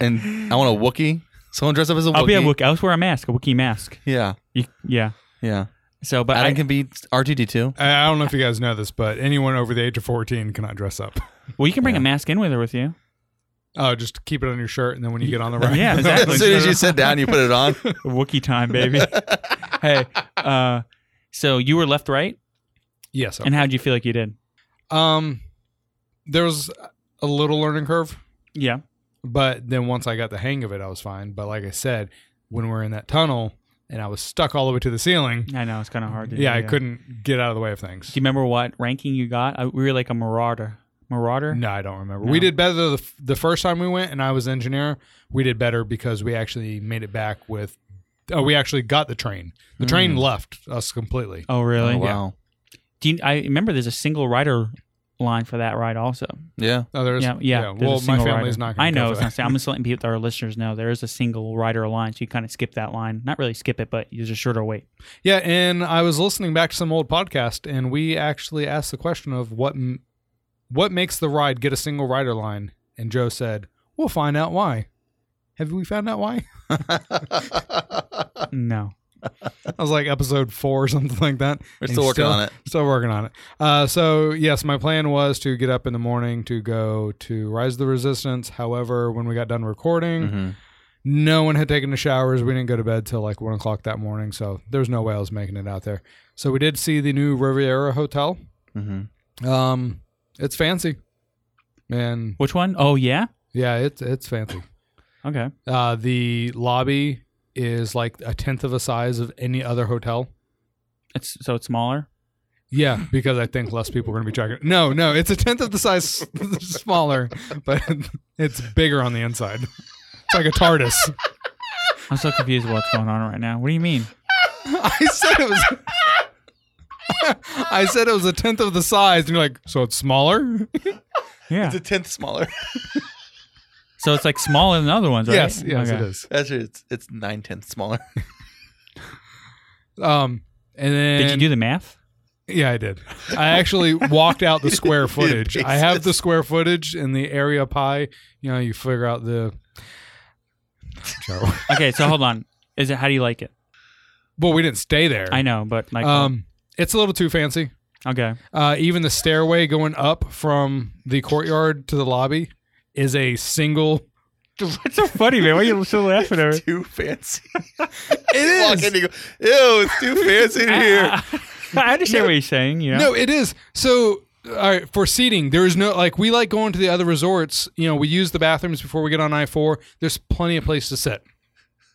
[SPEAKER 3] And I want a Wookiee. Someone dressed up as a Wookiee.
[SPEAKER 4] I'll be a Wookiee. I'll just wear a mask, a Wookiee mask.
[SPEAKER 3] Yeah,
[SPEAKER 4] You, yeah.
[SPEAKER 3] yeah.
[SPEAKER 4] So, but
[SPEAKER 3] But Adam
[SPEAKER 4] I,
[SPEAKER 3] can be R2D2.
[SPEAKER 2] I I don't know if you guys know this, but anyone over the age of 14 cannot dress up. [laughs]
[SPEAKER 4] well, you can bring
[SPEAKER 3] Yeah.
[SPEAKER 4] a mask in with her with you.
[SPEAKER 2] Oh, just keep it on your shirt, and then when you get on the ride, [laughs]
[SPEAKER 4] [laughs]
[SPEAKER 3] [laughs]
[SPEAKER 4] Yeah,
[SPEAKER 3] As
[SPEAKER 4] exactly.
[SPEAKER 3] soon as you sit down, you put it
[SPEAKER 4] [laughs]
[SPEAKER 3] on.
[SPEAKER 4] Wookie time, baby. hey, uh, so you were left, right,
[SPEAKER 2] yes.
[SPEAKER 4] and how'd you feel like you did?
[SPEAKER 2] um, there was a little learning curve,
[SPEAKER 4] Yeah,
[SPEAKER 2] but then once I got the hang of it, I was fine. But like I said, when we we're in that tunnel and I was stuck all the way to the ceiling,
[SPEAKER 4] I know it's kind of hard. To
[SPEAKER 2] yeah, I couldn't get out of the way of things.
[SPEAKER 4] Do you remember what ranking you got? I, we were like a marauder. Marauder.
[SPEAKER 2] No, I don't remember.
[SPEAKER 4] No.
[SPEAKER 2] We did better the, f- the first time we went, and I was engineer. We did better because we actually made it back with. Oh, we actually got the train. The train left us completely.
[SPEAKER 4] Mm. Oh, really?
[SPEAKER 3] Oh, wow.
[SPEAKER 4] Do you, I remember there's a single rider line for that ride also. [laughs]
[SPEAKER 3] Yeah.
[SPEAKER 2] Oh, there's
[SPEAKER 4] yeah, yeah. there's a
[SPEAKER 2] well, my
[SPEAKER 4] single
[SPEAKER 2] family's
[SPEAKER 4] rider.
[SPEAKER 2] not. Gonna
[SPEAKER 4] I know
[SPEAKER 2] go
[SPEAKER 4] it's
[SPEAKER 2] for
[SPEAKER 4] not.
[SPEAKER 2] that.
[SPEAKER 4] I'm just letting people, our listeners, know there is a single rider line, so you kind of skip that line. Not really skip it, but there's a
[SPEAKER 2] [laughs]
[SPEAKER 4] shorter wait.
[SPEAKER 2] Yeah, and I was listening back to some old podcast, and we actually asked the question of what m- what makes the ride get a single rider line, and Joe said, "We'll [laughs] find out why." Have we found out why?
[SPEAKER 4] No.
[SPEAKER 2] That was like episode four or something like that.
[SPEAKER 3] We're
[SPEAKER 2] And
[SPEAKER 3] still working on it.
[SPEAKER 2] Still working on it. Uh, so yes, my plan was to get up in the morning to go to Rise of the Resistance. However, when we got done recording,
[SPEAKER 3] Mhm.
[SPEAKER 2] no one had taken the showers. We didn't go to bed till like one o'clock that morning, so there was no way I was making it out there. So we did see the new Riviera Hotel.
[SPEAKER 3] Mhm.
[SPEAKER 2] Um, it's fancy, and
[SPEAKER 4] Which one? Oh yeah.
[SPEAKER 2] yeah, it's it's fancy.
[SPEAKER 4] Okay.
[SPEAKER 2] Uh, the lobby is like a tenth of the size of any other hotel.
[SPEAKER 4] It's so it's smaller.
[SPEAKER 2] Yeah, because I think less people are going to be tracking. No, no, it's a tenth of the size s- [laughs] smaller, but [laughs] it's bigger on the inside. It's like a TARDIS. [laughs]
[SPEAKER 4] I'm so confused with what's going on right now. What do
[SPEAKER 2] [laughs]
[SPEAKER 4] you mean?
[SPEAKER 2] I said it was. [laughs] I said it was a tenth of the size, and you're like, so it's smaller.
[SPEAKER 4] Yeah.
[SPEAKER 3] It's a tenth [laughs] smaller.
[SPEAKER 4] so it's like smaller than other ones, right?
[SPEAKER 2] Yes, yes,
[SPEAKER 4] Okay.
[SPEAKER 2] it is.
[SPEAKER 3] Actually, it's it's nine tenths
[SPEAKER 4] [laughs]
[SPEAKER 3] smaller.
[SPEAKER 2] Um, and then
[SPEAKER 4] Did you do the math?
[SPEAKER 2] Yeah, I did. I actually walked out the
[SPEAKER 4] [laughs]
[SPEAKER 2] square footage. I have the
[SPEAKER 3] basis.
[SPEAKER 2] square footage and the area pie. You know, you figure out the. Joe.
[SPEAKER 4] Okay, so hold on. Is it how do you like it?
[SPEAKER 2] well, we didn't stay there.
[SPEAKER 4] I know, but like
[SPEAKER 2] Um, it's a little too fancy.
[SPEAKER 4] [laughs] okay.
[SPEAKER 2] Uh, even the stairway going up from the courtyard to the lobby is a single.
[SPEAKER 4] What's so funny, man? Why are you still laughing at
[SPEAKER 3] too fancy. [laughs]
[SPEAKER 2] It
[SPEAKER 3] Walk in, you go, ew, it's too fancy
[SPEAKER 4] [laughs]
[SPEAKER 3] in
[SPEAKER 4] Ah.
[SPEAKER 3] here.
[SPEAKER 4] I understand what you're saying, you know.
[SPEAKER 2] No, it is. So, all right, for seating, there is no like we like going to the other resorts. You know, we use the bathrooms before we get on I four. There's plenty of place to sit.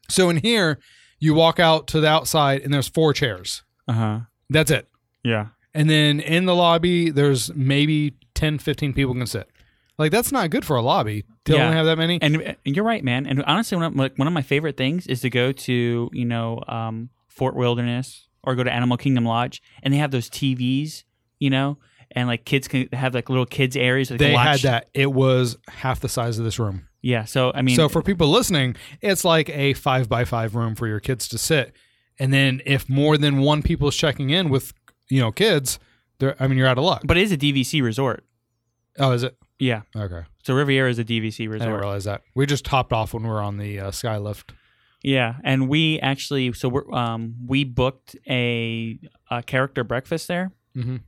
[SPEAKER 2] So in here, you walk out to the outside and there's four chairs.
[SPEAKER 4] Uh-huh.
[SPEAKER 2] That's it.
[SPEAKER 4] Yeah.
[SPEAKER 2] And then in the lobby, there's maybe 10, 15 people can sit. Like that's not good for a lobby. They
[SPEAKER 4] Yeah.
[SPEAKER 2] don't have that many.
[SPEAKER 4] And uh, you're right, man. And honestly, one of, like, one of my favorite things is to go to you know um, Fort Wilderness or go to Animal Kingdom Lodge, and they have those TVs, you know, and like kids can have like little kids areas. Where they
[SPEAKER 2] they
[SPEAKER 4] can
[SPEAKER 2] had
[SPEAKER 4] watch.
[SPEAKER 2] that. It was half the size of this room.
[SPEAKER 4] Yeah. So I mean,
[SPEAKER 2] so for people listening, it's like a five by five room for your kids to sit. And then if more than one people is checking in with you know kids, they're I mean you're out of luck.
[SPEAKER 4] but it is a DVC resort.
[SPEAKER 2] Oh, is it?
[SPEAKER 4] Yeah.
[SPEAKER 2] Okay,
[SPEAKER 4] So Riviera is a DVC
[SPEAKER 2] I didn't
[SPEAKER 4] resort.
[SPEAKER 2] realize that. We just topped off when we were on the uh, skylift.
[SPEAKER 4] Yeah, and we actually so we're um, we booked a, a character breakfast there.
[SPEAKER 2] Mhm.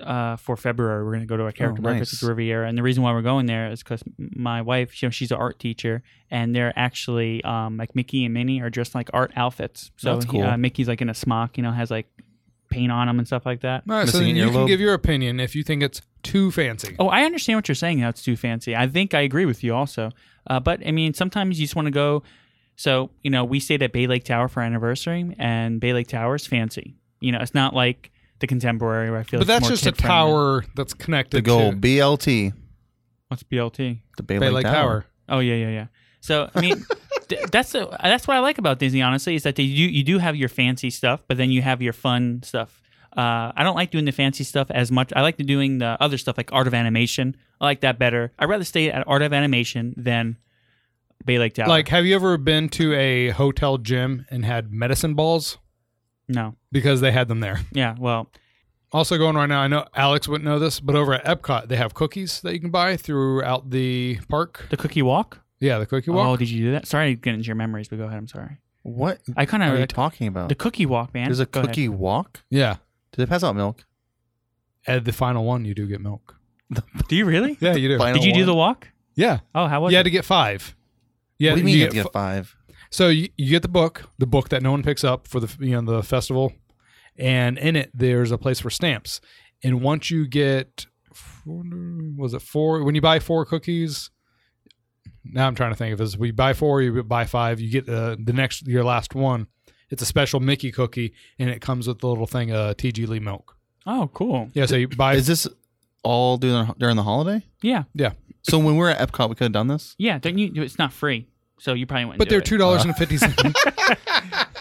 [SPEAKER 4] Uh, for February, we're going to go to a character
[SPEAKER 3] Mm-hmm. Oh, nice.
[SPEAKER 4] breakfast at the Riviera, and the reason why we're going there is because my wife, she, she's an art teacher, and they're actually um, like Mickey and Minnie are dressed like art outfits. So
[SPEAKER 3] That's
[SPEAKER 4] he-
[SPEAKER 3] cool.
[SPEAKER 4] uh, Mickey's like in a smock, you know, has like paint on him and stuff like that.
[SPEAKER 2] All right, so
[SPEAKER 3] Missing
[SPEAKER 2] then
[SPEAKER 3] an
[SPEAKER 2] you can
[SPEAKER 3] earlobe?
[SPEAKER 2] give your opinion if you think it's too fancy.
[SPEAKER 4] Oh, I understand what you're saying. That's too fancy. I think I agree with you also. Uh, but I mean, sometimes you just want to go. So you know, we stayed at Bay Lake Tower for our anniversary, and Bay Lake Tower is fancy. You know, it's not like the contemporary where I feel.
[SPEAKER 2] but
[SPEAKER 4] it's
[SPEAKER 2] that's
[SPEAKER 4] more
[SPEAKER 2] just a
[SPEAKER 4] kid-friendly.
[SPEAKER 2] tower that's
[SPEAKER 3] The
[SPEAKER 2] connected
[SPEAKER 3] goal,
[SPEAKER 2] to
[SPEAKER 3] BLT,
[SPEAKER 4] What's BLT?
[SPEAKER 3] the Bay,
[SPEAKER 2] Bay Lake Tower.
[SPEAKER 4] Oh yeah, yeah, yeah. So I
[SPEAKER 3] [laughs]
[SPEAKER 4] mean, th- that's the that's what I like about Disney. Honestly, is that they do you do have your fancy stuff, but then you have your fun stuff. Uh, I don't like doing the fancy stuff as much. I like the doing the other stuff like Art of Animation. I like that better. I'd rather stay at Art of Animation than Bay Lake Tower.
[SPEAKER 2] Like, have you ever been to a hotel gym and had medicine balls
[SPEAKER 4] no,
[SPEAKER 2] because they had them there?
[SPEAKER 4] yeah, well,
[SPEAKER 2] Also going right now, I know Alex wouldn't know this, but over at Epcot they have cookies that you can buy throughout the park.
[SPEAKER 4] the Cookie Walk.
[SPEAKER 2] Yeah, the cookie
[SPEAKER 4] Oh,
[SPEAKER 2] walk.
[SPEAKER 4] did you do that? Sorry, to get into your memories, but go ahead. I'm sorry.
[SPEAKER 3] What
[SPEAKER 4] I kind
[SPEAKER 3] are you
[SPEAKER 4] of
[SPEAKER 3] talking about?
[SPEAKER 4] the Cookie Walk, man.
[SPEAKER 3] There's a
[SPEAKER 4] Go ahead.
[SPEAKER 3] cookie walk.
[SPEAKER 2] Yeah.
[SPEAKER 3] Did they pass out milk?
[SPEAKER 2] At the final one you do get milk.
[SPEAKER 4] Do
[SPEAKER 3] [laughs]
[SPEAKER 4] you really?
[SPEAKER 2] Yeah, you do.
[SPEAKER 3] Final
[SPEAKER 4] Did you do
[SPEAKER 3] one?
[SPEAKER 4] the walk?
[SPEAKER 2] Yeah.
[SPEAKER 4] Oh, how was
[SPEAKER 2] You
[SPEAKER 4] it?
[SPEAKER 2] had to get five. Yeah,
[SPEAKER 3] what do you mean you have to get five?
[SPEAKER 2] So you, you get the book, the book that no one picks up for the you know the festival, and in it there's a place for stamps. And once you get, was it four? When you buy four cookies, now I'm trying to think of this. We buy four, you buy five, you get uh, the the next your last one. It's a special Mickey cookie, and it comes with the little thing, uh, TG Lee milk.
[SPEAKER 4] Oh, cool.
[SPEAKER 2] Yeah, so you buy.
[SPEAKER 3] Is this all during during the holiday?
[SPEAKER 4] Yeah.
[SPEAKER 3] So when we were at Epcot, we could have done this.
[SPEAKER 4] Yeah, don't you? It's not free, so you probably
[SPEAKER 2] [laughs]
[SPEAKER 4] wouldn't.
[SPEAKER 2] but
[SPEAKER 4] do
[SPEAKER 2] they're
[SPEAKER 4] it.
[SPEAKER 2] two dollars and fifty cents.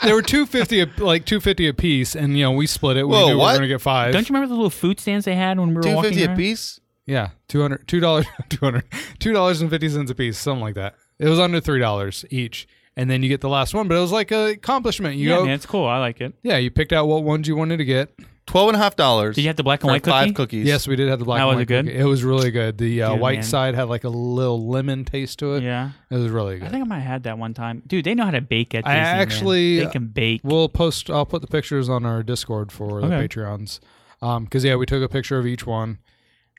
[SPEAKER 2] they were two fifty, a- like two fifty a piece, and you know we split it. We
[SPEAKER 3] Whoa,
[SPEAKER 2] knew we were
[SPEAKER 3] what?
[SPEAKER 2] gonna get five.
[SPEAKER 4] Don't you remember the little food stands they had when we [laughs] were
[SPEAKER 3] Two
[SPEAKER 4] walking?
[SPEAKER 3] fifty a
[SPEAKER 4] around?
[SPEAKER 3] piece.
[SPEAKER 2] Yeah, two hundred, two dollars, [laughs] two hundred, two dollars and fifty cents a piece, something like that. It was under three dollars each, and then you get the last one. But it was like an accomplishment. You
[SPEAKER 4] Yeah,
[SPEAKER 2] go,
[SPEAKER 4] man, it's cool. I like it.
[SPEAKER 2] yeah, you picked out what ones you wanted to get,
[SPEAKER 3] Twelve and a half dollars.
[SPEAKER 4] Did you have the black and
[SPEAKER 3] for
[SPEAKER 4] white
[SPEAKER 3] five
[SPEAKER 4] cookie?
[SPEAKER 3] cookies.
[SPEAKER 2] Yes, we did have the black.
[SPEAKER 4] How
[SPEAKER 2] and
[SPEAKER 4] was it
[SPEAKER 2] white
[SPEAKER 4] good?
[SPEAKER 2] cookie. It was really good. The uh,
[SPEAKER 4] Dude,
[SPEAKER 2] white
[SPEAKER 4] man.
[SPEAKER 2] side had like a little lemon taste to it.
[SPEAKER 4] Yeah.
[SPEAKER 2] it was really good.
[SPEAKER 4] I think I might have had that one time. Dude, they know how to bake at
[SPEAKER 2] I
[SPEAKER 4] Disney. man.
[SPEAKER 2] actually-
[SPEAKER 4] They can bake.
[SPEAKER 2] We'll post. I'll put the pictures on our Discord for the
[SPEAKER 4] Okay.
[SPEAKER 2] Patreons. Um, because yeah, we took a picture of each one,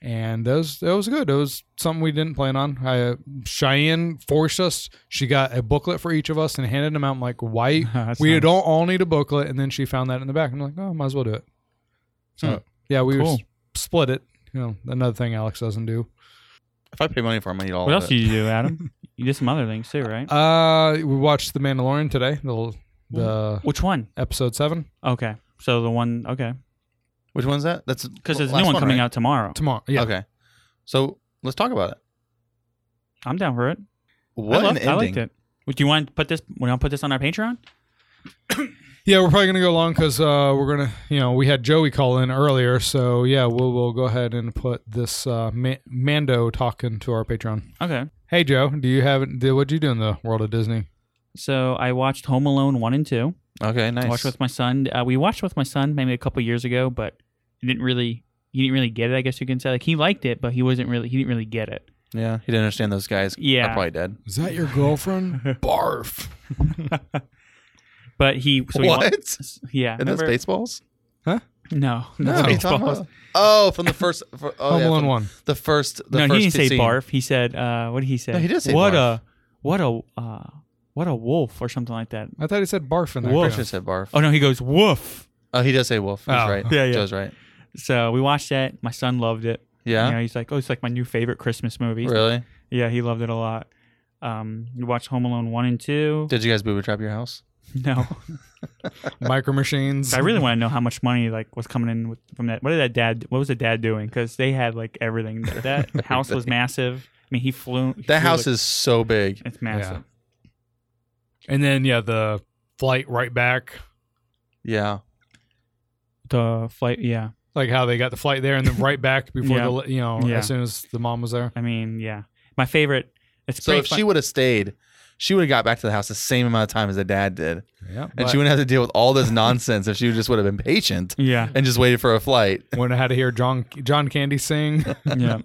[SPEAKER 2] and that was that was good. It was something we didn't plan on. I, Cheyenne forced us. She got a booklet for each of us and handed them out. I'm like, why?
[SPEAKER 4] [laughs] That's
[SPEAKER 2] we
[SPEAKER 4] nice.
[SPEAKER 2] don't all need a booklet, and then she found that in the back. I'm like, oh, might as well do it. So
[SPEAKER 3] Hmm.
[SPEAKER 2] yeah, we
[SPEAKER 4] Cool.
[SPEAKER 2] s- split it. You know, another thing Alex doesn't do.
[SPEAKER 3] If I pay money for them, I need all
[SPEAKER 4] What
[SPEAKER 3] of
[SPEAKER 4] else
[SPEAKER 3] it.
[SPEAKER 4] did you do, Adam? you did some other things too, right?
[SPEAKER 2] Uh, we watched The Mandalorian today. The the
[SPEAKER 4] Which one?
[SPEAKER 2] episode seven
[SPEAKER 4] Okay. So the one, okay.
[SPEAKER 3] Which one's that? That's
[SPEAKER 4] Because there's a
[SPEAKER 3] last
[SPEAKER 4] new one coming
[SPEAKER 3] right?
[SPEAKER 4] out tomorrow.
[SPEAKER 2] tomorrow. Yeah,
[SPEAKER 3] Okay. So let's talk about it.
[SPEAKER 4] I'm down for it.
[SPEAKER 3] What
[SPEAKER 4] I, loved-
[SPEAKER 3] an ending!
[SPEAKER 4] I liked it. Would you want to put this? We don't put this on our Patreon.
[SPEAKER 2] yeah. We're probably gonna go long because uh, we're gonna you know we had Joey call in earlier, so yeah, we'll we'll go ahead and put this uh, Ma- Mando talking to our Patreon.
[SPEAKER 4] Okay.
[SPEAKER 2] Hey Joe, do you have what'd you do in the world of Disney?
[SPEAKER 4] So I watched Home Alone one and two.
[SPEAKER 3] Okay, nice.
[SPEAKER 4] I watched with my son. Uh, we watched with my son maybe a couple years ago, but he didn't really he didn't really get it. I guess you can say like he liked it, but he wasn't really he didn't really get it.
[SPEAKER 3] yeah, he didn't understand those guys.
[SPEAKER 4] Yeah.
[SPEAKER 3] are probably dead.
[SPEAKER 2] Is that your [laughs] girlfriend? Barf.
[SPEAKER 4] But he so he wa- [laughs]
[SPEAKER 3] what?
[SPEAKER 4] yeah.
[SPEAKER 3] And that's
[SPEAKER 4] remember-
[SPEAKER 3] baseballs.
[SPEAKER 4] No,
[SPEAKER 2] No.
[SPEAKER 4] that's
[SPEAKER 3] What are you talking
[SPEAKER 4] baseballs.
[SPEAKER 3] about? Oh, from the first. For, oh,
[SPEAKER 2] Home
[SPEAKER 3] yeah,
[SPEAKER 2] Alone
[SPEAKER 3] from
[SPEAKER 2] one.
[SPEAKER 3] The first. The
[SPEAKER 4] no,
[SPEAKER 3] first
[SPEAKER 4] he didn't say
[SPEAKER 3] scene.
[SPEAKER 4] barf. He said, uh, "What did he say?"
[SPEAKER 3] No, he did say
[SPEAKER 4] what
[SPEAKER 3] barf.
[SPEAKER 4] a what a uh, what a wolf or something like that.
[SPEAKER 2] I thought he said barf in there.
[SPEAKER 3] Wolf.
[SPEAKER 2] too.
[SPEAKER 3] should said barf.
[SPEAKER 4] Oh no, he goes woof.
[SPEAKER 3] Oh, he does say wolf. He's
[SPEAKER 2] Oh.
[SPEAKER 3] right.
[SPEAKER 4] Yeah, yeah.
[SPEAKER 3] Joe's right.
[SPEAKER 4] So we watched that. My son loved it.
[SPEAKER 3] Yeah.
[SPEAKER 4] You know, he's like, "Oh, it's like my new favorite Christmas movie."
[SPEAKER 3] Really?
[SPEAKER 4] Yeah, he loved it a lot. Um, we watched Home Alone one and two.
[SPEAKER 3] Did you guys booby trap your house?
[SPEAKER 4] no,
[SPEAKER 2] Micro machines.
[SPEAKER 4] I really want to know how much money like was coming in with, from that. What did that dad? What was the dad doing? Because they had like everything.
[SPEAKER 3] [laughs]
[SPEAKER 4] That house was massive. I mean, he flew. he flew,
[SPEAKER 3] That house
[SPEAKER 4] like-
[SPEAKER 3] is so big.
[SPEAKER 4] it's massive.
[SPEAKER 2] and then yeah, the flight right back.
[SPEAKER 3] Yeah.
[SPEAKER 4] The flight. Yeah.
[SPEAKER 2] Like how they got the flight there and then right back before
[SPEAKER 4] Yeah.
[SPEAKER 2] the you know
[SPEAKER 4] Yeah.
[SPEAKER 2] as soon as the mom was there.
[SPEAKER 4] I mean, yeah. My favorite. It's
[SPEAKER 3] So
[SPEAKER 4] pretty
[SPEAKER 3] if
[SPEAKER 4] fun-
[SPEAKER 3] she would have stayed, she would have got back to the house the same amount of time as the dad did,
[SPEAKER 2] Yeah,
[SPEAKER 3] and she wouldn't have to deal with all this nonsense if she just would have been patient
[SPEAKER 4] Yeah,
[SPEAKER 3] and just waited for a flight.
[SPEAKER 2] when I had to hear John John Candy sing.
[SPEAKER 3] [laughs]
[SPEAKER 4] yeah.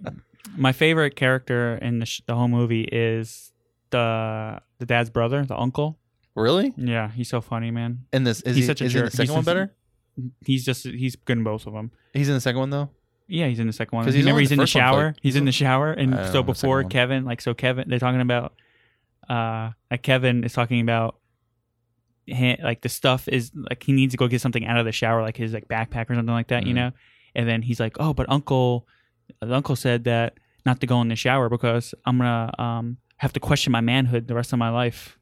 [SPEAKER 4] My favorite character in the, sh- the whole movie is the the dad's brother, the uncle.
[SPEAKER 3] Really?
[SPEAKER 4] Yeah, he's so funny, man.
[SPEAKER 3] In this, is
[SPEAKER 4] He's
[SPEAKER 3] he,
[SPEAKER 4] such a
[SPEAKER 3] is he in
[SPEAKER 4] jerk.
[SPEAKER 3] the second
[SPEAKER 4] He's
[SPEAKER 3] one
[SPEAKER 4] just-
[SPEAKER 3] better?
[SPEAKER 4] He's just he's good in both of them.
[SPEAKER 3] He's in the second one though.
[SPEAKER 4] Yeah, he's in the second one.
[SPEAKER 3] 'Cause he's
[SPEAKER 4] Remember,
[SPEAKER 3] only
[SPEAKER 4] he's
[SPEAKER 3] the
[SPEAKER 4] in the
[SPEAKER 3] first one for,
[SPEAKER 4] shower.
[SPEAKER 3] like-
[SPEAKER 4] he's in the shower,
[SPEAKER 3] I don't
[SPEAKER 4] and
[SPEAKER 3] know
[SPEAKER 4] so
[SPEAKER 3] the second
[SPEAKER 4] before
[SPEAKER 3] one.
[SPEAKER 4] Kevin, like so Kevin, they're talking about, uh, like Kevin is talking about, ha- like the stuff is like he needs to go get something out of the shower, like his like backpack or something like that, you
[SPEAKER 3] Mhm.
[SPEAKER 4] know, and then he's like, oh, but Uncle, the Uncle said that not to go in the shower because I'm gonna um have to question my manhood the rest of my life.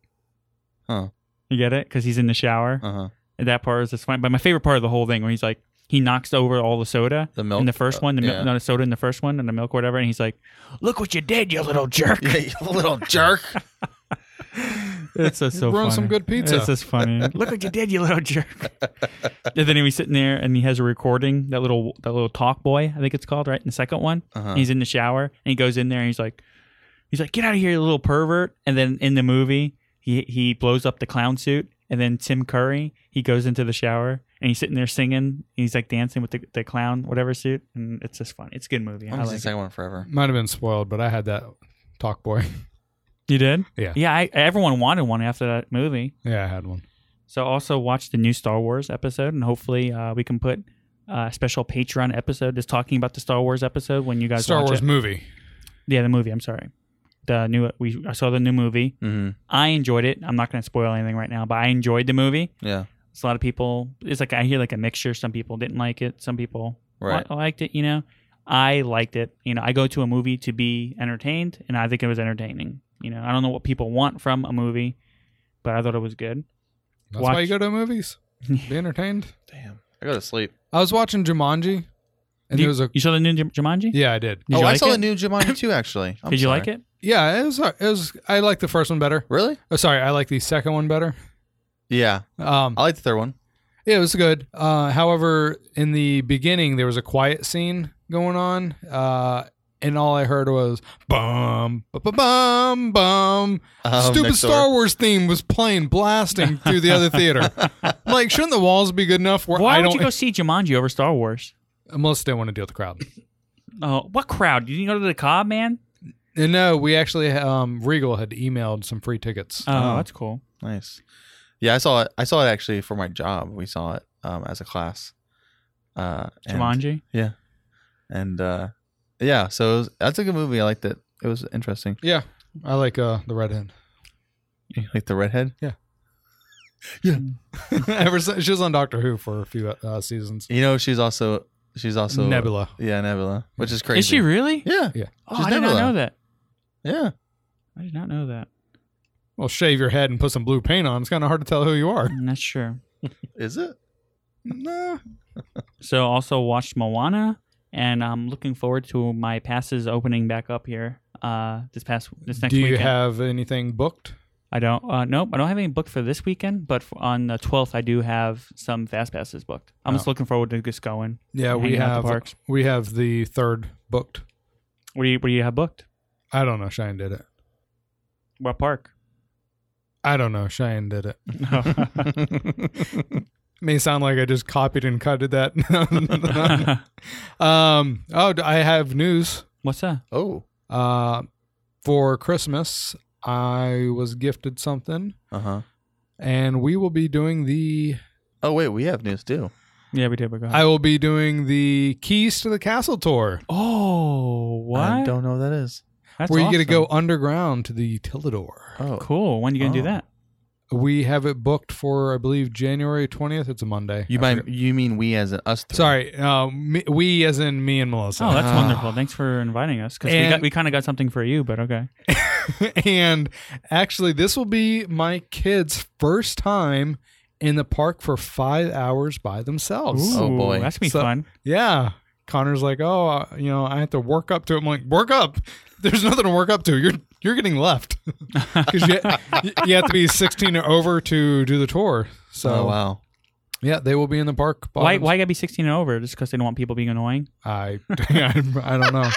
[SPEAKER 3] Huh.
[SPEAKER 4] You get it? Because he's in the shower.
[SPEAKER 3] Uh
[SPEAKER 4] [laughs]
[SPEAKER 3] huh.
[SPEAKER 4] And that part is just fine. But my favorite part of the whole thing, where he's like, he knocks over all the soda
[SPEAKER 3] The milk.
[SPEAKER 4] in the first
[SPEAKER 3] uh,
[SPEAKER 4] one, the milk,
[SPEAKER 3] yeah.
[SPEAKER 4] no, the soda in the first one, and the milk, or whatever. And he's like, "Look what you did, you little jerk!"
[SPEAKER 3] Yeah, you little jerk.
[SPEAKER 4] It's just so
[SPEAKER 2] Ruined
[SPEAKER 4] funny.
[SPEAKER 2] some good pizza.
[SPEAKER 4] It's just funny. [laughs] Look what you did, you little jerk! and then he was sitting there, and he has a recording that little that little talk boy, I think it's called, right? In the second one,
[SPEAKER 3] Uh-huh.
[SPEAKER 4] And he's in the shower, and he goes in there, and he's like, he's like, "Get out of here, you little pervert!" And then in the movie, he he blows up the clown suit, and then Tim Curry he goes into the shower. And he's sitting there singing, and he's like dancing with the, the clown, whatever suit, and it's just fun. It's a good movie.
[SPEAKER 3] I'm
[SPEAKER 4] I
[SPEAKER 3] just in
[SPEAKER 4] like
[SPEAKER 3] the
[SPEAKER 4] it.
[SPEAKER 3] second one forever.
[SPEAKER 2] Might have been spoiled, but I had that talk boy. [laughs]
[SPEAKER 4] You did?
[SPEAKER 2] Yeah.
[SPEAKER 4] Yeah, I, everyone wanted one after that movie.
[SPEAKER 2] Yeah, I had one.
[SPEAKER 4] So also watch the new Star Wars episode, and hopefully uh, we can put uh, a special Patreon episode just talking about the Star Wars episode when you guys
[SPEAKER 2] Star
[SPEAKER 4] watch
[SPEAKER 2] Wars
[SPEAKER 4] it.
[SPEAKER 2] movie.
[SPEAKER 4] yeah, the movie. I'm sorry. The new we I saw the new movie.
[SPEAKER 3] hmm
[SPEAKER 4] I enjoyed it. I'm not going to spoil anything right now, but I enjoyed the movie.
[SPEAKER 3] Yeah.
[SPEAKER 4] It's a lot of people. It's like I hear like a mixture. Some people didn't like it. Some people
[SPEAKER 3] Right.
[SPEAKER 4] li- liked it. You know, I liked it. You know, I go to a movie to be entertained, and I think it was entertaining. You know, I don't know what people want from a movie, but I thought it was good.
[SPEAKER 2] That's
[SPEAKER 4] Watch-
[SPEAKER 2] why you go to
[SPEAKER 4] [laughs]
[SPEAKER 2] movies. Be entertained.
[SPEAKER 3] Damn. I go to sleep.
[SPEAKER 2] I was watching Jumanji, and
[SPEAKER 4] you,
[SPEAKER 2] there was a
[SPEAKER 4] you saw the new Jum- Jumanji?
[SPEAKER 2] yeah, I did.
[SPEAKER 4] Did
[SPEAKER 3] oh,
[SPEAKER 4] you
[SPEAKER 3] I
[SPEAKER 4] like
[SPEAKER 3] saw
[SPEAKER 4] it?
[SPEAKER 3] the new Jumanji [laughs] too. Actually, I'm
[SPEAKER 4] Did you
[SPEAKER 3] sorry.
[SPEAKER 4] like it?
[SPEAKER 2] Yeah, it was. It was. I like the first one better.
[SPEAKER 3] Really?
[SPEAKER 2] Oh, sorry, I like the second one better.
[SPEAKER 3] Yeah.
[SPEAKER 2] Um,
[SPEAKER 3] I like the third one.
[SPEAKER 2] yeah, it was good. Uh, however, in the beginning, there was a quiet scene going on, uh, and all I heard was bum, bum, bum, bum.
[SPEAKER 3] Um,
[SPEAKER 2] Stupid
[SPEAKER 3] next door. [laughs]
[SPEAKER 2] Star Wars theme was playing, blasting through the other theater. like, shouldn't the walls be good enough where
[SPEAKER 4] Why
[SPEAKER 2] I
[SPEAKER 4] would
[SPEAKER 2] don't
[SPEAKER 4] you go see Jumanji over Star Wars?
[SPEAKER 2] [laughs] unless they want to deal with the crowd?
[SPEAKER 4] Oh, what crowd? Did you go to the Cobb, man?
[SPEAKER 2] And Uh, no, we actually um, Regal had emailed some free tickets.
[SPEAKER 4] Oh,
[SPEAKER 3] Oh.
[SPEAKER 4] that's cool.
[SPEAKER 3] Nice. Yeah, I saw it. I saw it actually for my job. We saw it um, as a class. Uh, and-
[SPEAKER 4] Jumanji.
[SPEAKER 3] Yeah, and uh, yeah. So it was, that's a good movie. I liked it. It was interesting. [laughs]
[SPEAKER 2] yeah, I like uh, the red [laughs] hen.
[SPEAKER 3] You Like the redhead.
[SPEAKER 2] Ever since she was on Doctor Who for a few uh, seasons. uh,
[SPEAKER 3] You know, she's also she's also
[SPEAKER 2] Nebula.
[SPEAKER 3] Yeah, Nebula, which is crazy.
[SPEAKER 4] Is she really?
[SPEAKER 3] Yeah,
[SPEAKER 4] Oh,
[SPEAKER 3] She's
[SPEAKER 4] I did not
[SPEAKER 3] Nebula.
[SPEAKER 4] know that.
[SPEAKER 3] yeah.
[SPEAKER 4] I did not know that.
[SPEAKER 2] Well, shave your head and put some blue paint on. It's kind of hard to tell who you are.
[SPEAKER 4] Mm, That's true.
[SPEAKER 3] Is it?
[SPEAKER 2] Nah.
[SPEAKER 4] So also watched Moana, and I'm looking forward to my passes opening back up here. Uh, this past this next
[SPEAKER 2] Do you
[SPEAKER 4] weekend.
[SPEAKER 2] have anything booked?
[SPEAKER 4] I don't. Uh, nope. I don't have any booked for this weekend, but f on the 12th, I do have some fast passes booked. I'm just
[SPEAKER 2] Oh.
[SPEAKER 4] looking forward to just going.
[SPEAKER 2] Yeah, we
[SPEAKER 4] Hanging out at the
[SPEAKER 2] have.
[SPEAKER 4] parks.
[SPEAKER 2] We have the third booked.
[SPEAKER 4] What do you What do you have booked?
[SPEAKER 2] I don't know. Shane did it.
[SPEAKER 4] What park?
[SPEAKER 2] I don't know. Shane
[SPEAKER 4] [laughs]
[SPEAKER 2] did it. [laughs] May sound like I just copied and cutted
[SPEAKER 4] [laughs]
[SPEAKER 2] that. [laughs] um. Oh, I have news.
[SPEAKER 4] What's that?
[SPEAKER 3] oh.
[SPEAKER 2] Uh, for Christmas, I was gifted something,
[SPEAKER 3] Uh huh.
[SPEAKER 2] and we will be doing the.
[SPEAKER 3] Oh wait, we have news too.
[SPEAKER 4] Yeah, we did. We're going.
[SPEAKER 2] I will be doing the Keys to the Castle tour,
[SPEAKER 4] oh, what?
[SPEAKER 3] I don't know what that is.
[SPEAKER 4] That's
[SPEAKER 2] where you get to
[SPEAKER 4] awesome.
[SPEAKER 2] go underground to the Tilidor.
[SPEAKER 3] Oh,
[SPEAKER 4] Cool. When you gonna
[SPEAKER 3] Oh.
[SPEAKER 4] do that?
[SPEAKER 2] We have it booked for, I believe, January twentieth. It's a Monday.
[SPEAKER 3] You
[SPEAKER 2] I
[SPEAKER 3] mean
[SPEAKER 2] forget.
[SPEAKER 3] you mean we as an us? Three.
[SPEAKER 2] Sorry, uh, me, we as in me and Melissa. Uh,
[SPEAKER 4] Oh, that's
[SPEAKER 3] Ah.
[SPEAKER 4] wonderful. Thanks for inviting us because we
[SPEAKER 2] And-
[SPEAKER 4] got we kind of got something for you, but okay.
[SPEAKER 2] [laughs] and actually, this will be my kids' first time in the park for five hours by themselves.
[SPEAKER 3] Oh,
[SPEAKER 4] Ooh,
[SPEAKER 3] boy.
[SPEAKER 4] that's gonna be
[SPEAKER 2] So-
[SPEAKER 4] fun.
[SPEAKER 2] Yeah. Connor's like, oh, uh, you know, I have to work up to it. I'm like, work up. There's nothing to work up to. You're you're getting left [laughs] because you, you have to be 16 or over to do the tour. So
[SPEAKER 3] Oh wow.
[SPEAKER 2] yeah, they will be in the park. by
[SPEAKER 4] Why
[SPEAKER 2] them-
[SPEAKER 4] Why gotta be 16 and over? Just because they don't want people being annoying?
[SPEAKER 2] I [laughs] I don't know.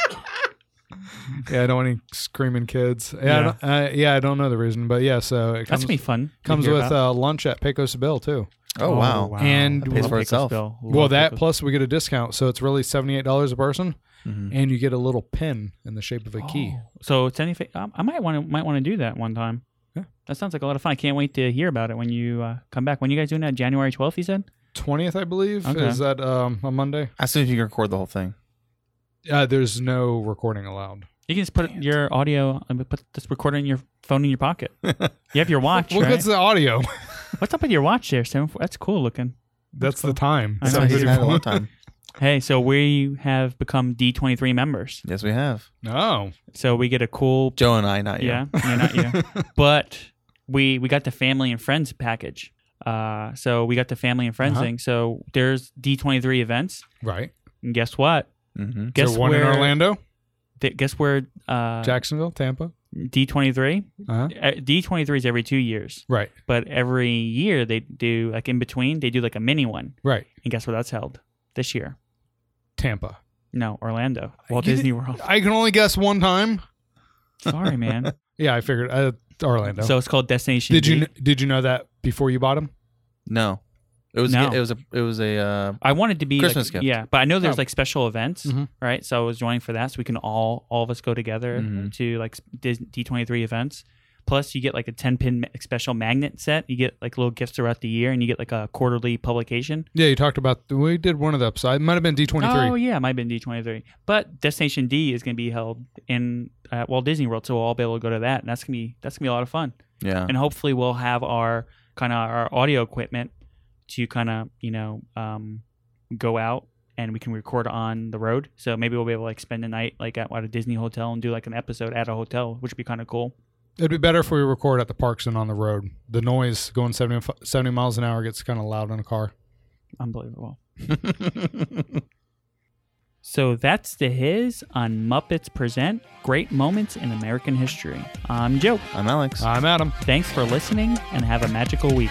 [SPEAKER 2] yeah, I don't want any screaming kids. Yeah, I
[SPEAKER 4] Yeah.
[SPEAKER 2] don't, I, yeah, I don't know the reason, but yeah. So it
[SPEAKER 4] That's
[SPEAKER 2] comes
[SPEAKER 4] gonna be fun. to
[SPEAKER 2] comes
[SPEAKER 4] hear
[SPEAKER 2] with
[SPEAKER 4] about.
[SPEAKER 2] uh, lunch at Pecos Bill too.
[SPEAKER 3] Oh, wow.
[SPEAKER 2] And-
[SPEAKER 3] That pays for
[SPEAKER 4] Love
[SPEAKER 3] itself.
[SPEAKER 4] Pecosville. Love
[SPEAKER 2] well, that
[SPEAKER 4] Pecos-
[SPEAKER 2] plus we get a discount, so it's really seventy eight dollars a person,
[SPEAKER 3] Mhm.
[SPEAKER 2] and you get a little pin in the shape of a key.
[SPEAKER 4] Oh. So it's anything. Um, I might want to might want to do that one time.
[SPEAKER 2] Yeah.
[SPEAKER 4] That sounds like a lot of fun. I can't wait to hear about it when you uh, come back. When you guys doing that? January 12th, you said.
[SPEAKER 2] twentieth, I believe.
[SPEAKER 4] Okay.
[SPEAKER 2] Is that um, a Monday?
[SPEAKER 3] I assume you can record the whole thing.
[SPEAKER 2] Uh, there's no recording allowed.
[SPEAKER 4] You can just put your audio and put this recorder in your phone in your pocket. you
[SPEAKER 2] [laughs]
[SPEAKER 4] have your watch.
[SPEAKER 2] Look
[SPEAKER 4] right?
[SPEAKER 2] at the audio.
[SPEAKER 4] What's up with your watch there, Sam? That's cool looking.
[SPEAKER 2] [laughs] That's the time.
[SPEAKER 4] I know,
[SPEAKER 3] So
[SPEAKER 4] he's
[SPEAKER 3] he's
[SPEAKER 4] a
[SPEAKER 2] [laughs]
[SPEAKER 3] had a long
[SPEAKER 4] [laughs]
[SPEAKER 3] time.
[SPEAKER 4] Hey, so we have become D23 members.
[SPEAKER 3] Yes, we have.
[SPEAKER 2] No.
[SPEAKER 4] So we get a cool
[SPEAKER 3] Joe and I, not you.
[SPEAKER 4] Yeah, yeah,
[SPEAKER 2] [laughs]
[SPEAKER 4] not you. But we we got the family and friends package. Uh, so we got the family and friends
[SPEAKER 2] Uh-huh.
[SPEAKER 4] thing. So there's D23 events,
[SPEAKER 2] Right.
[SPEAKER 4] and guess what?
[SPEAKER 3] hmm
[SPEAKER 4] Guess
[SPEAKER 2] Is there one
[SPEAKER 4] where?
[SPEAKER 2] in Orlando,
[SPEAKER 4] th- guess where? Uh,
[SPEAKER 2] Jacksonville, Tampa.
[SPEAKER 4] D23.
[SPEAKER 2] Uh-huh.
[SPEAKER 4] Uh, D23 is every two years,
[SPEAKER 2] Right.
[SPEAKER 4] but every year they do like in between they do like a mini one.
[SPEAKER 2] Right.
[SPEAKER 4] And guess where that's held this year?
[SPEAKER 2] Tampa.
[SPEAKER 4] No, Orlando, Walt
[SPEAKER 2] You- [laughs]
[SPEAKER 4] Disney World.
[SPEAKER 2] I can only guess one time.
[SPEAKER 4] Sorry, man.
[SPEAKER 2] Yeah, I figured uh, Orlando.
[SPEAKER 4] So it's called Destination.
[SPEAKER 2] did you
[SPEAKER 4] D.
[SPEAKER 2] kn- did you know that before you bought them?
[SPEAKER 3] No, it was
[SPEAKER 4] No.
[SPEAKER 3] it was a it was a uh,
[SPEAKER 4] I wanted to be
[SPEAKER 3] Christmas
[SPEAKER 4] like,
[SPEAKER 3] gift.
[SPEAKER 4] Yeah, but I know there's
[SPEAKER 2] Oh.
[SPEAKER 4] like special events,
[SPEAKER 2] Mhm.
[SPEAKER 4] right? So I was joining for that, so we can all all of us go together
[SPEAKER 3] Mhm.
[SPEAKER 4] to like D twenty three events. Plus, you get like a ten pin ma- special magnet set. You get like little gifts throughout the year, and you get like a quarterly publication.
[SPEAKER 2] Yeah, you talked about we did one of the episodes. It might have been D twenty
[SPEAKER 4] Oh
[SPEAKER 2] three.
[SPEAKER 4] yeah, it might have been D twenty three. But Destination D is going to be held in uh, Walt Disney World, so we'll all be able to go to that, and that's gonna be that's gonna be a lot of fun.
[SPEAKER 3] yeah.
[SPEAKER 4] And hopefully, we'll have our kind of our audio equipment to kind of you know um, go out and we can record on the road. So maybe we'll be able to like spend the night like at, at a Disney hotel and do like an episode at a hotel, which would be kind of cool.
[SPEAKER 2] It'd be better if we record at the parks and on the road. The noise going 70, 70 miles an hour gets kind of loud in a car.
[SPEAKER 4] Unbelievable. So that's the his on Muppets Present Great Moments in American History. I'm Joe.
[SPEAKER 3] I'm Alex.
[SPEAKER 2] I'm Adam.
[SPEAKER 4] Thanks for listening and have a magical week.